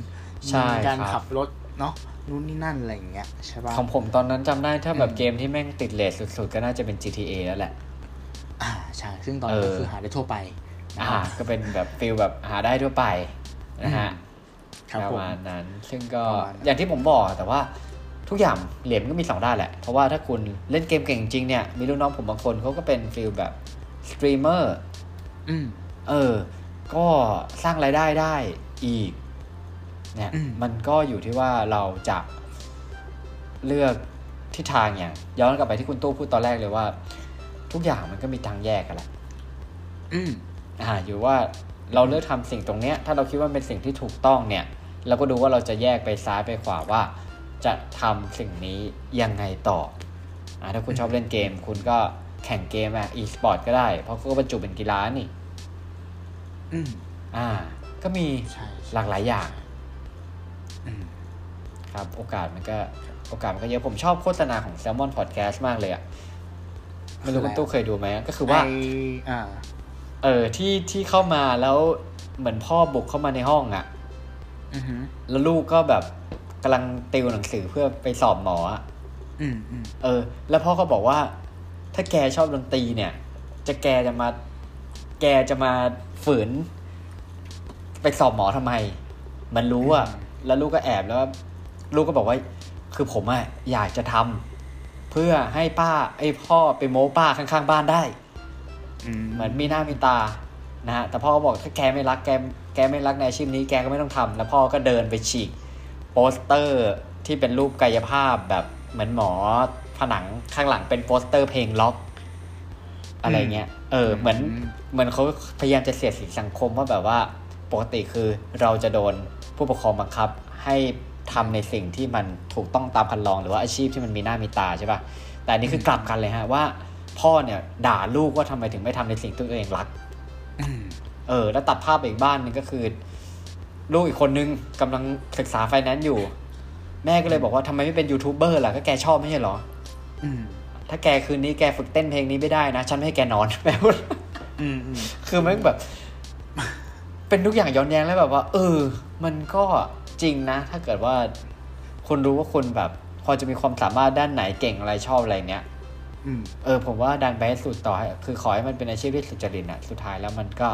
Speaker 2: ใช่
Speaker 1: มีการ
Speaker 2: ครับ
Speaker 1: ขับรถ เนาะนู่นนี่นั่นอะไรอย่างเงี้ยใช่ปะ
Speaker 2: ของผมตอนนั้นจำได้ถ้าแบบ
Speaker 1: อืม
Speaker 2: เกมที่แม่งติดเลทสุดๆ ก็น่าจะเป็น GTA แล้วแหละ
Speaker 1: อ่าใช่ซึ่งตอนนี้น
Speaker 2: เออ
Speaker 1: ก็คือหาได้ทั่วไปนะ
Speaker 2: อ่า
Speaker 1: ครับ
Speaker 2: ก็เป็นแบบฟิลแบบหาได้ทั่วไปนะฮะ
Speaker 1: ครับ
Speaker 2: ป
Speaker 1: ผ
Speaker 2: ระ
Speaker 1: ม
Speaker 2: มาณนั้นซึ่งก็
Speaker 1: ประมาณนั้น
Speaker 2: อย่างที่ผมบอกแต่ว่าทุกอย่างเหรียญมันก็มีสองด้านแหละ เพราะว่าถ้าคุณเล่นเกมเก่งจริงเนี่ยมีลูกน้องผมบางคนเขาก็เป็นฟิลแบบสตรีมเมอร์
Speaker 1: อืม
Speaker 2: เออ ก็สร้างรายได้ได้อีก เนี่ย
Speaker 1: อืม
Speaker 2: มันก็อยู่ที่ว่าเราจะเลือกทิศทางอย่าง ย้อนกลับไปที่คุณตู้พูดตอนแรกเลยว่า ทุกอย่างมันก็มีทางแยกกันแหละ
Speaker 1: อืม
Speaker 2: อ่า อยู่ว่าเราเลือกทำสิ่งตรงเนี้ย ถ้าเราคิดว่าเป็นสิ่งที่ถูกต้องเนี่ย เราก็ดูว่าเราจะแยกไปซ้ายไปขวาว่า จะทำสิ่งนี้ยังไงต่อ อ่า ถ้าคุณชอบเล่นเกม คุณก็แข่งเกมอะ e-sport ก็ได้ เพราะเขาก็บรรจุเป็นกีฬานี่
Speaker 1: อืม
Speaker 2: อ่า ก็มี
Speaker 1: ใช่
Speaker 2: หลากหลายอย่าง
Speaker 1: อืม
Speaker 2: ครับ โอกาสมันก็โอกาสมันก็เยอะผมชอบโฆษณาของ Salmon Podcast มากเลยอะ่ะไม่รู้คุณตู้เคยดูไหมก็คือว่า
Speaker 1: ไอ่า
Speaker 2: เออที่ที่เข้ามาแล้วเหมือนพ่อบุกเข้ามาในห้องอะ่ะ
Speaker 1: อือหือ
Speaker 2: แล้วลูกก็แบบกำลังติวหนังสือเพื่อไปสอบหมออะ
Speaker 1: อืมอืม
Speaker 2: เออ แล้วพ่อก็บอกว่า ถ้าแกชอบดนตรีเนี่ย จะแกจะมา แกจะมาฝืน ไปสอบหมอทำไม มันรู้อะแล้วลูกก็แอบแล้ว ลูกก็บอกว่า คือผมอะอยากจะทำเพื่อให้ป้าไอ้พ่อไปโม้ป้าข้างๆบ้านได้
Speaker 1: อืม
Speaker 2: เหมือนมีหน้ามีตา นะฮะ แต่พ่อก็บอกถ้าแกไม่รักแก แกไม่รักในอาชีพนี้แกก็ไม่ต้องทำแล้วพ่อก็เดินไปฉีก โปสเตอร์ที่เป็นรูปกายภาพแบบเหมือนหมอผนังข้างหลังเป็นโปสเตอร์เพลงล็อก อะไรเงี้ย เออ เหมือน เหมือนเขาพยายามจะเสียดสีสังคมว่าแบบว่าปกติคือเราจะโดนผู้ปกครองบังคับ ให้ทำในสิ่งที่มันถูกต้องตามคันลองหรือว่าอาชีพที่มันมีหน้ามีตาใช่ปะ่ะแต่อันนี้คือกลับกันเลยฮะว่า พ่อเนี่ยด่าลูกว่าทำไมถึงไม่ทำในสิ่งที่ตัวเองรัก
Speaker 1: อืม
Speaker 2: เออ แล้วตัดภาพไปอีกบ้านหนึ่งก็คือ ลูกอีกคนนึงกำลังศึกษาไฟแนนซ์อยู่ แม่ก็เลยบอกว่าทำไมไม่เป็นยูทูบเบอร์ล่ะก็แกชอบไม่ใช่เหรอ
Speaker 1: อืม
Speaker 2: ถ้าแกคืนนี้แกฝึกเต้นเพลงนี้ไม่ได้นะฉันไม่ให้แกน อนแม่พูด
Speaker 1: อืมอืม
Speaker 2: คือแมันแบบ เป็นทุกอย่างย้อนแย้งแล้วแบบว่า เออ มันก็จริงนะ ถ้าเกิดว่าคุณรู้ว่าคุณแบบพอจะมีความสามารถด้านไหนเก่งอะไรชอบอะไรเนี้ย
Speaker 1: อืม
Speaker 2: เออผมว่าดันไปให้สุดต่อให้คือขอให้มันเป็นอาชีพที่สุจริตอะสุดท้ายแล้วมันก็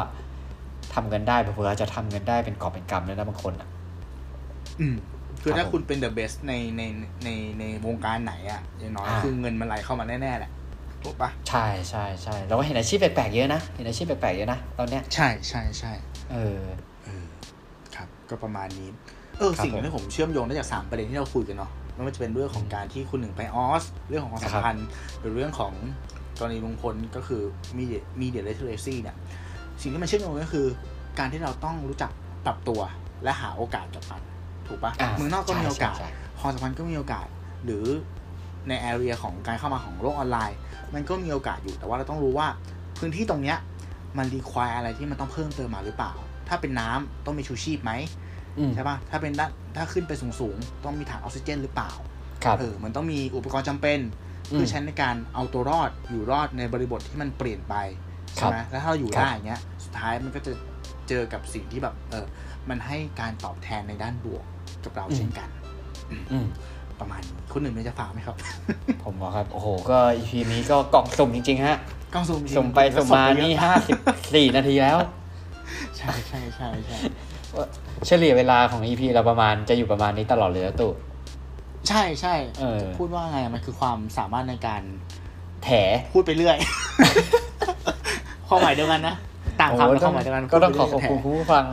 Speaker 2: ทำเงินได้เผื่อๆจะทำเงินได้เป็นกอบเป็นกำเลยนะบางคนอะ
Speaker 1: อืม คือ
Speaker 2: ครับ
Speaker 1: ถ้าคุณเป็น the best ในในในในวงการไหนอะอย่างน้อย
Speaker 2: อ่า
Speaker 1: คือเงินมันไหลเข้ามาแน่ๆแหละถูกปะ
Speaker 2: ใช่ใช่ใช่เราก็เห็นอาชีพแปลกๆเยอะนะเห็นอาชีพแปลกๆเยอะนะตอนเนี้ย
Speaker 1: ใช่ใช่ใช่
Speaker 2: เออ
Speaker 1: เออครับ ก็ประมาณนี้ เออ
Speaker 2: ครับ
Speaker 1: สิ่งหนึ่งที่ผมเชื่อมโยงได้จากสามประเด็นที่เราคุยกันเนาะไม่ว่าจะเป็นเรื่องของการที่คุณหนึ่งไปออส เรื่องของความสัมพันธ์หรือเรื่องของกรณีลุงพลก็คือมีเดียมีเดียเลเทอเรซีเนี่ย สิ่งที่มันเชื่อมโยงก็คือ การที่เราต้องรู้จักปรับตัวและหาโอกาสกับมันถูกปะ
Speaker 2: ะ
Speaker 1: เมืองนอกก็มีโอกาส
Speaker 2: ใช่ใช่ใช่
Speaker 1: ความสัมพันธ์ก็มีโอกาสหรือในแอเรียของการเข้ามาของโลกออนไลน์ มันก็มีโอกาสอยู่แต่ว่าเราต้องรู้ว่าพื้นที่ตรงเนี้ยมันรีควายอะไรที่มันต้องเพิ่มเติมมาหรือเปล่า ถ้าเป็นน้ำต้องมีชูชีพไหม
Speaker 2: อืม
Speaker 1: ใช่ปะถ้าเป็นด้านถ้าขึ้นไปสูงๆ ต้องมีถังออกซิเจนหรือเปล่า
Speaker 2: ครับ
Speaker 1: เออมันต้องมีอุปกรณ์จำเป็น
Speaker 2: อื
Speaker 1: เพื่
Speaker 2: ม
Speaker 1: อใช้ในการเอาตัวรอดอยู่รอดในบริบทที่มันเปลี่ยนไปใช่ไหมแล้วถ้าเราอยู่
Speaker 2: ครับ
Speaker 1: ได้อย่างเงี้ยสุดท้ายมันก็จะเจอกับสิ่งที่แบบเออมันให้การตอบแทนในด้านบวกกับเราเช่นกัน
Speaker 2: อืม
Speaker 1: ประมาณนี้คุณหนึ่งมีจะฝากไหมครับ
Speaker 2: ผมบอกครับ โอ้โห ก็ EP นี้ก็กล่องสุ่มจริง ๆ ฮะ
Speaker 1: กล้องซูมจริง
Speaker 2: สุ่มไปสุ่มมา
Speaker 1: ไปเยอะ
Speaker 2: นี่ห้าสิบสี่นาทีแล้ว
Speaker 1: ใช่ใช่ใช่ใช่
Speaker 2: เฉลี่ยเวลาของ EP เราประมาณจะอยู่ประมาณนี้ตลอดเลยนะตู่
Speaker 1: ใช่ใช่
Speaker 2: เออ
Speaker 1: พูดว่าไงมันคือความสามารถในการ
Speaker 2: แถ
Speaker 1: พูดไปเรื่อย ความหมายเดียวกันนะ ต่างคำและความหมายเดียวกัน
Speaker 2: ก็ต้องขอขอบคุณ
Speaker 1: พูดไปเรื่ย
Speaker 2: ผู้ฟัง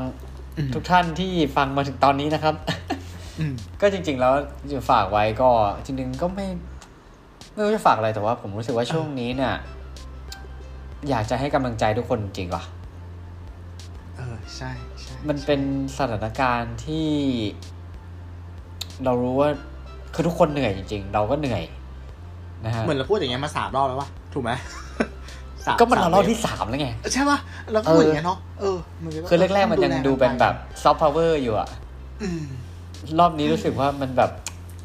Speaker 2: ทุกท่านที่ฟังมาถึงตอนนี้นะครับ
Speaker 1: อืม
Speaker 2: ก็จริง ๆ แล้วจะฝากไว้ก็จริงๆก็ไม่ ไม่รู้จะฝากอะไรแต่ว่า ผมรู้สึกว่าช่วงนี้เนี่ยอยากจะให้กำลังใจทุกคนจริงว่ะ
Speaker 1: เออใช่ใช่
Speaker 2: มันเป็นสถานการณ์ที่ เรารู้ว่าคือทุกคนเหนื่อยจริง ๆ เราก็เหนื่อยนะฮะ
Speaker 1: เหมือนเราพูดอย่างเงี้ยมาสามรอบแล้ววะถูกไหม ส
Speaker 2: ก็มัน
Speaker 1: ส
Speaker 2: เรารอบที่สามแล้วไง
Speaker 1: ใช่ป่ะเราก็พูดอย่างเงี้ยเนาะเออมันก็ต้อง
Speaker 2: คือแรก ๆ มันยังดูเป็นแบบซอฟต์พาวเวอร์อยู่อะ
Speaker 1: อืม
Speaker 2: รอบนี้รู้สึกว่ามันแบบ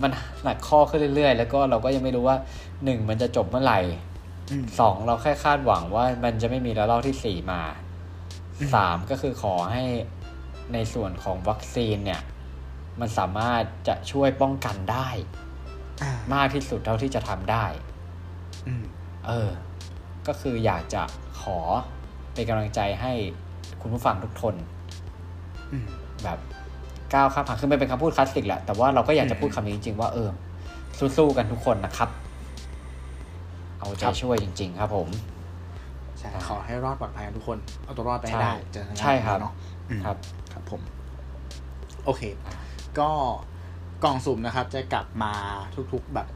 Speaker 2: มันหนักข้อขึ้นเรื่อย ๆ แล้วก็เราก็ยังไม่รู้ว่าหนึ่งมันจะจบเมื่อไหร่
Speaker 1: อืม
Speaker 2: สองเราแค่คาดหวังว่ามันจะไม่มีระลอกที่สี่มาสามก็คือขอให้ในส่วนของวัคซีนเนี่ย มันสามารถจะช่วยป้องกันได้
Speaker 1: อ่าม
Speaker 2: ากที่สุดเท่าที่จะทำได้
Speaker 1: อืม
Speaker 2: เออ ก็คืออยากจะขอเป็นกำลังใจให้คุณผู้ฟังทุกคน
Speaker 1: อืม
Speaker 2: แบบก้าวข้ามผ่านคือมันเป็นคำพูดคลาสสิกแหละ แต่ว่าเราก็อยากจะ
Speaker 1: อืม
Speaker 2: พูดคำนี้จริงๆว่าเออสู้ๆกันทุกคนนะครับ เอาใจ
Speaker 1: ครับ
Speaker 2: ช่วยจริง ๆ ครับผม
Speaker 1: ใช่
Speaker 2: ครับ
Speaker 1: ขอให้รอดปลอดภัยกันทุกคน เอาตัวรอดไปให้ได้
Speaker 2: ใช่
Speaker 1: เจอกันนะ
Speaker 2: ใช่ครับ
Speaker 1: เนาะอืม
Speaker 2: ครับ
Speaker 1: ครับผม โอเค
Speaker 2: อ่ะ
Speaker 1: ก็กล่องสุ่มนะครับ จะกลับมาทุกๆแบบ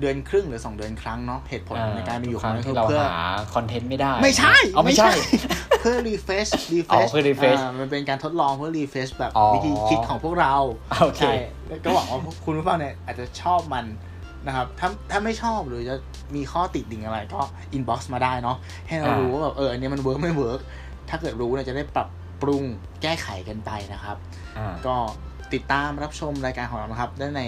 Speaker 1: เดือนครึ่งหรือสองเดือนครั้งเนาะเหตุผลในการมีอยู่
Speaker 2: ทุ
Speaker 1: ข
Speaker 2: กค
Speaker 1: อ
Speaker 2: รั้
Speaker 1: งมั
Speaker 2: ง
Speaker 1: นคื
Speaker 2: ที่
Speaker 1: อ
Speaker 2: เรา
Speaker 1: เพื่อ
Speaker 2: หาคอนเทนต์ไม่ได้
Speaker 1: ไม่ใช่
Speaker 2: เอาไม่ใช่
Speaker 1: เพื่อ refresh refresh
Speaker 2: อ๋อเพื่อ refresh
Speaker 1: ามันเป็นการทดลองเพื่อ refresh แบบ
Speaker 2: อ๋อ
Speaker 1: วิธีคิดของพวกเรา
Speaker 2: โอเค
Speaker 1: ใช่แล้วก็หวังว่าพวกคุณผู้ฟังเนี่ยอาจจะชอบมันนะครับ ถ้าถ้าไม่ชอบหรือจะมีข้อติดดิ่งอะไรก็ inbox มาได้เนาะให้เรา
Speaker 2: อ่า
Speaker 1: รู้ว่าแบบเอออันเนี้ยมันเวิร์กไม่เวิร์กถ้าเกิดรู้เนี่ยจะได้ปรับปรุงแก้ไขกันไปนะครับ
Speaker 2: อ่า
Speaker 1: ก็ติดตามรับชมรายการของเรานะครับ ได้ใน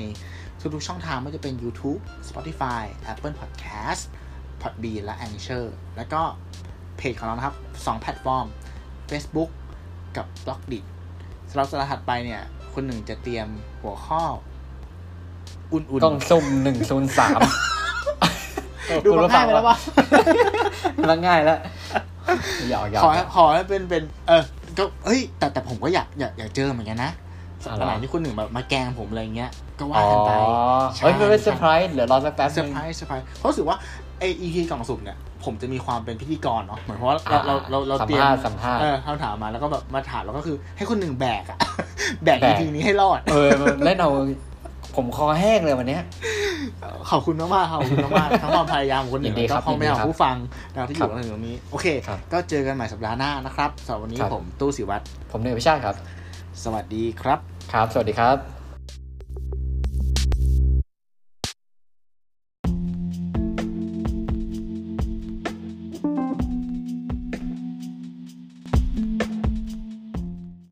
Speaker 1: ทุกๆช่องทางไม่ว่าจะเป็น YouTube, Spotify, Apple Podcast, Podbean และ Anchor แล้วก็เพจของเรานะครับ 2 แพลตฟอร์ม Facebook กับ b l o g d i t สำหรับสัปดาห์ถัดไปเนี่ย คนหนึ่งจะเตรียมหัวข้อ อุ่น
Speaker 2: กล้องซุ่มหนึ่งศูนย์สาม
Speaker 1: ๆ ดูมาพลาดไปแล้วว่า
Speaker 2: มันง่ายแล้วหยอกหยอก
Speaker 1: ขอให้ขอให้เป็นเป็น เออก็เอ้ย แต่แต่ผมก็อยากอยากอยากเจอเหมือนกันนะสัป
Speaker 2: อะไร
Speaker 1: ดาห์ที่คนหนึ่งแบบมาแกล้งผมอะไรเงี้ย ก็ว่ากันไป
Speaker 2: อ๋อเฮ้ยมันเป็นเซอร์ไพรส์เดี๋ยวรอสักแป๊บ
Speaker 1: เซอ
Speaker 2: นึ
Speaker 1: ร์
Speaker 2: ง
Speaker 1: ไพรส์เซอร์ไพรส์เพราะรู้สึกว่าไอ EP กล่องสุ่มเนี่ย ผมจะมีความเป็นพิธีกรเนาะเหมือนเพราะว่าเรา
Speaker 2: อ่า
Speaker 1: เราเราเรา
Speaker 2: สัม
Speaker 1: เตรียม
Speaker 2: ภาษณ์สัมภาษณ์
Speaker 1: เออคำถามมาแล้วก็แบบมาถามแล้วก็คือ ให้คนหนึ่งแบกอะ แบก
Speaker 2: แบก
Speaker 1: EP นี้ให้รอด
Speaker 2: เออมันเล่นเอาผมคอแห้งเลยวันเนี้ย
Speaker 1: ขอบคุณมากๆครับขอบคุณมากๆทั้งความพยายามของคนหนึ่ง
Speaker 2: ยินดี
Speaker 1: แล้ว
Speaker 2: ครั
Speaker 1: ก็
Speaker 2: บ
Speaker 1: ความพยายามข
Speaker 2: ยิ
Speaker 1: อนง
Speaker 2: ดีครับ
Speaker 1: ผู้ฟังเราที่อ
Speaker 2: ค
Speaker 1: ยู่
Speaker 2: รับ
Speaker 1: กันอยู่ตรงนี้ โอเค
Speaker 2: ครับ
Speaker 1: ก็เจอกันใหม่สัปดาห์หน้านะครับสำหรับวันนี้
Speaker 2: ครับ
Speaker 1: ผมตู้สิวัตร
Speaker 2: ผมเนยพิชาติครับ
Speaker 1: สวัสดีครับ
Speaker 2: ครับ สวัสดีครับ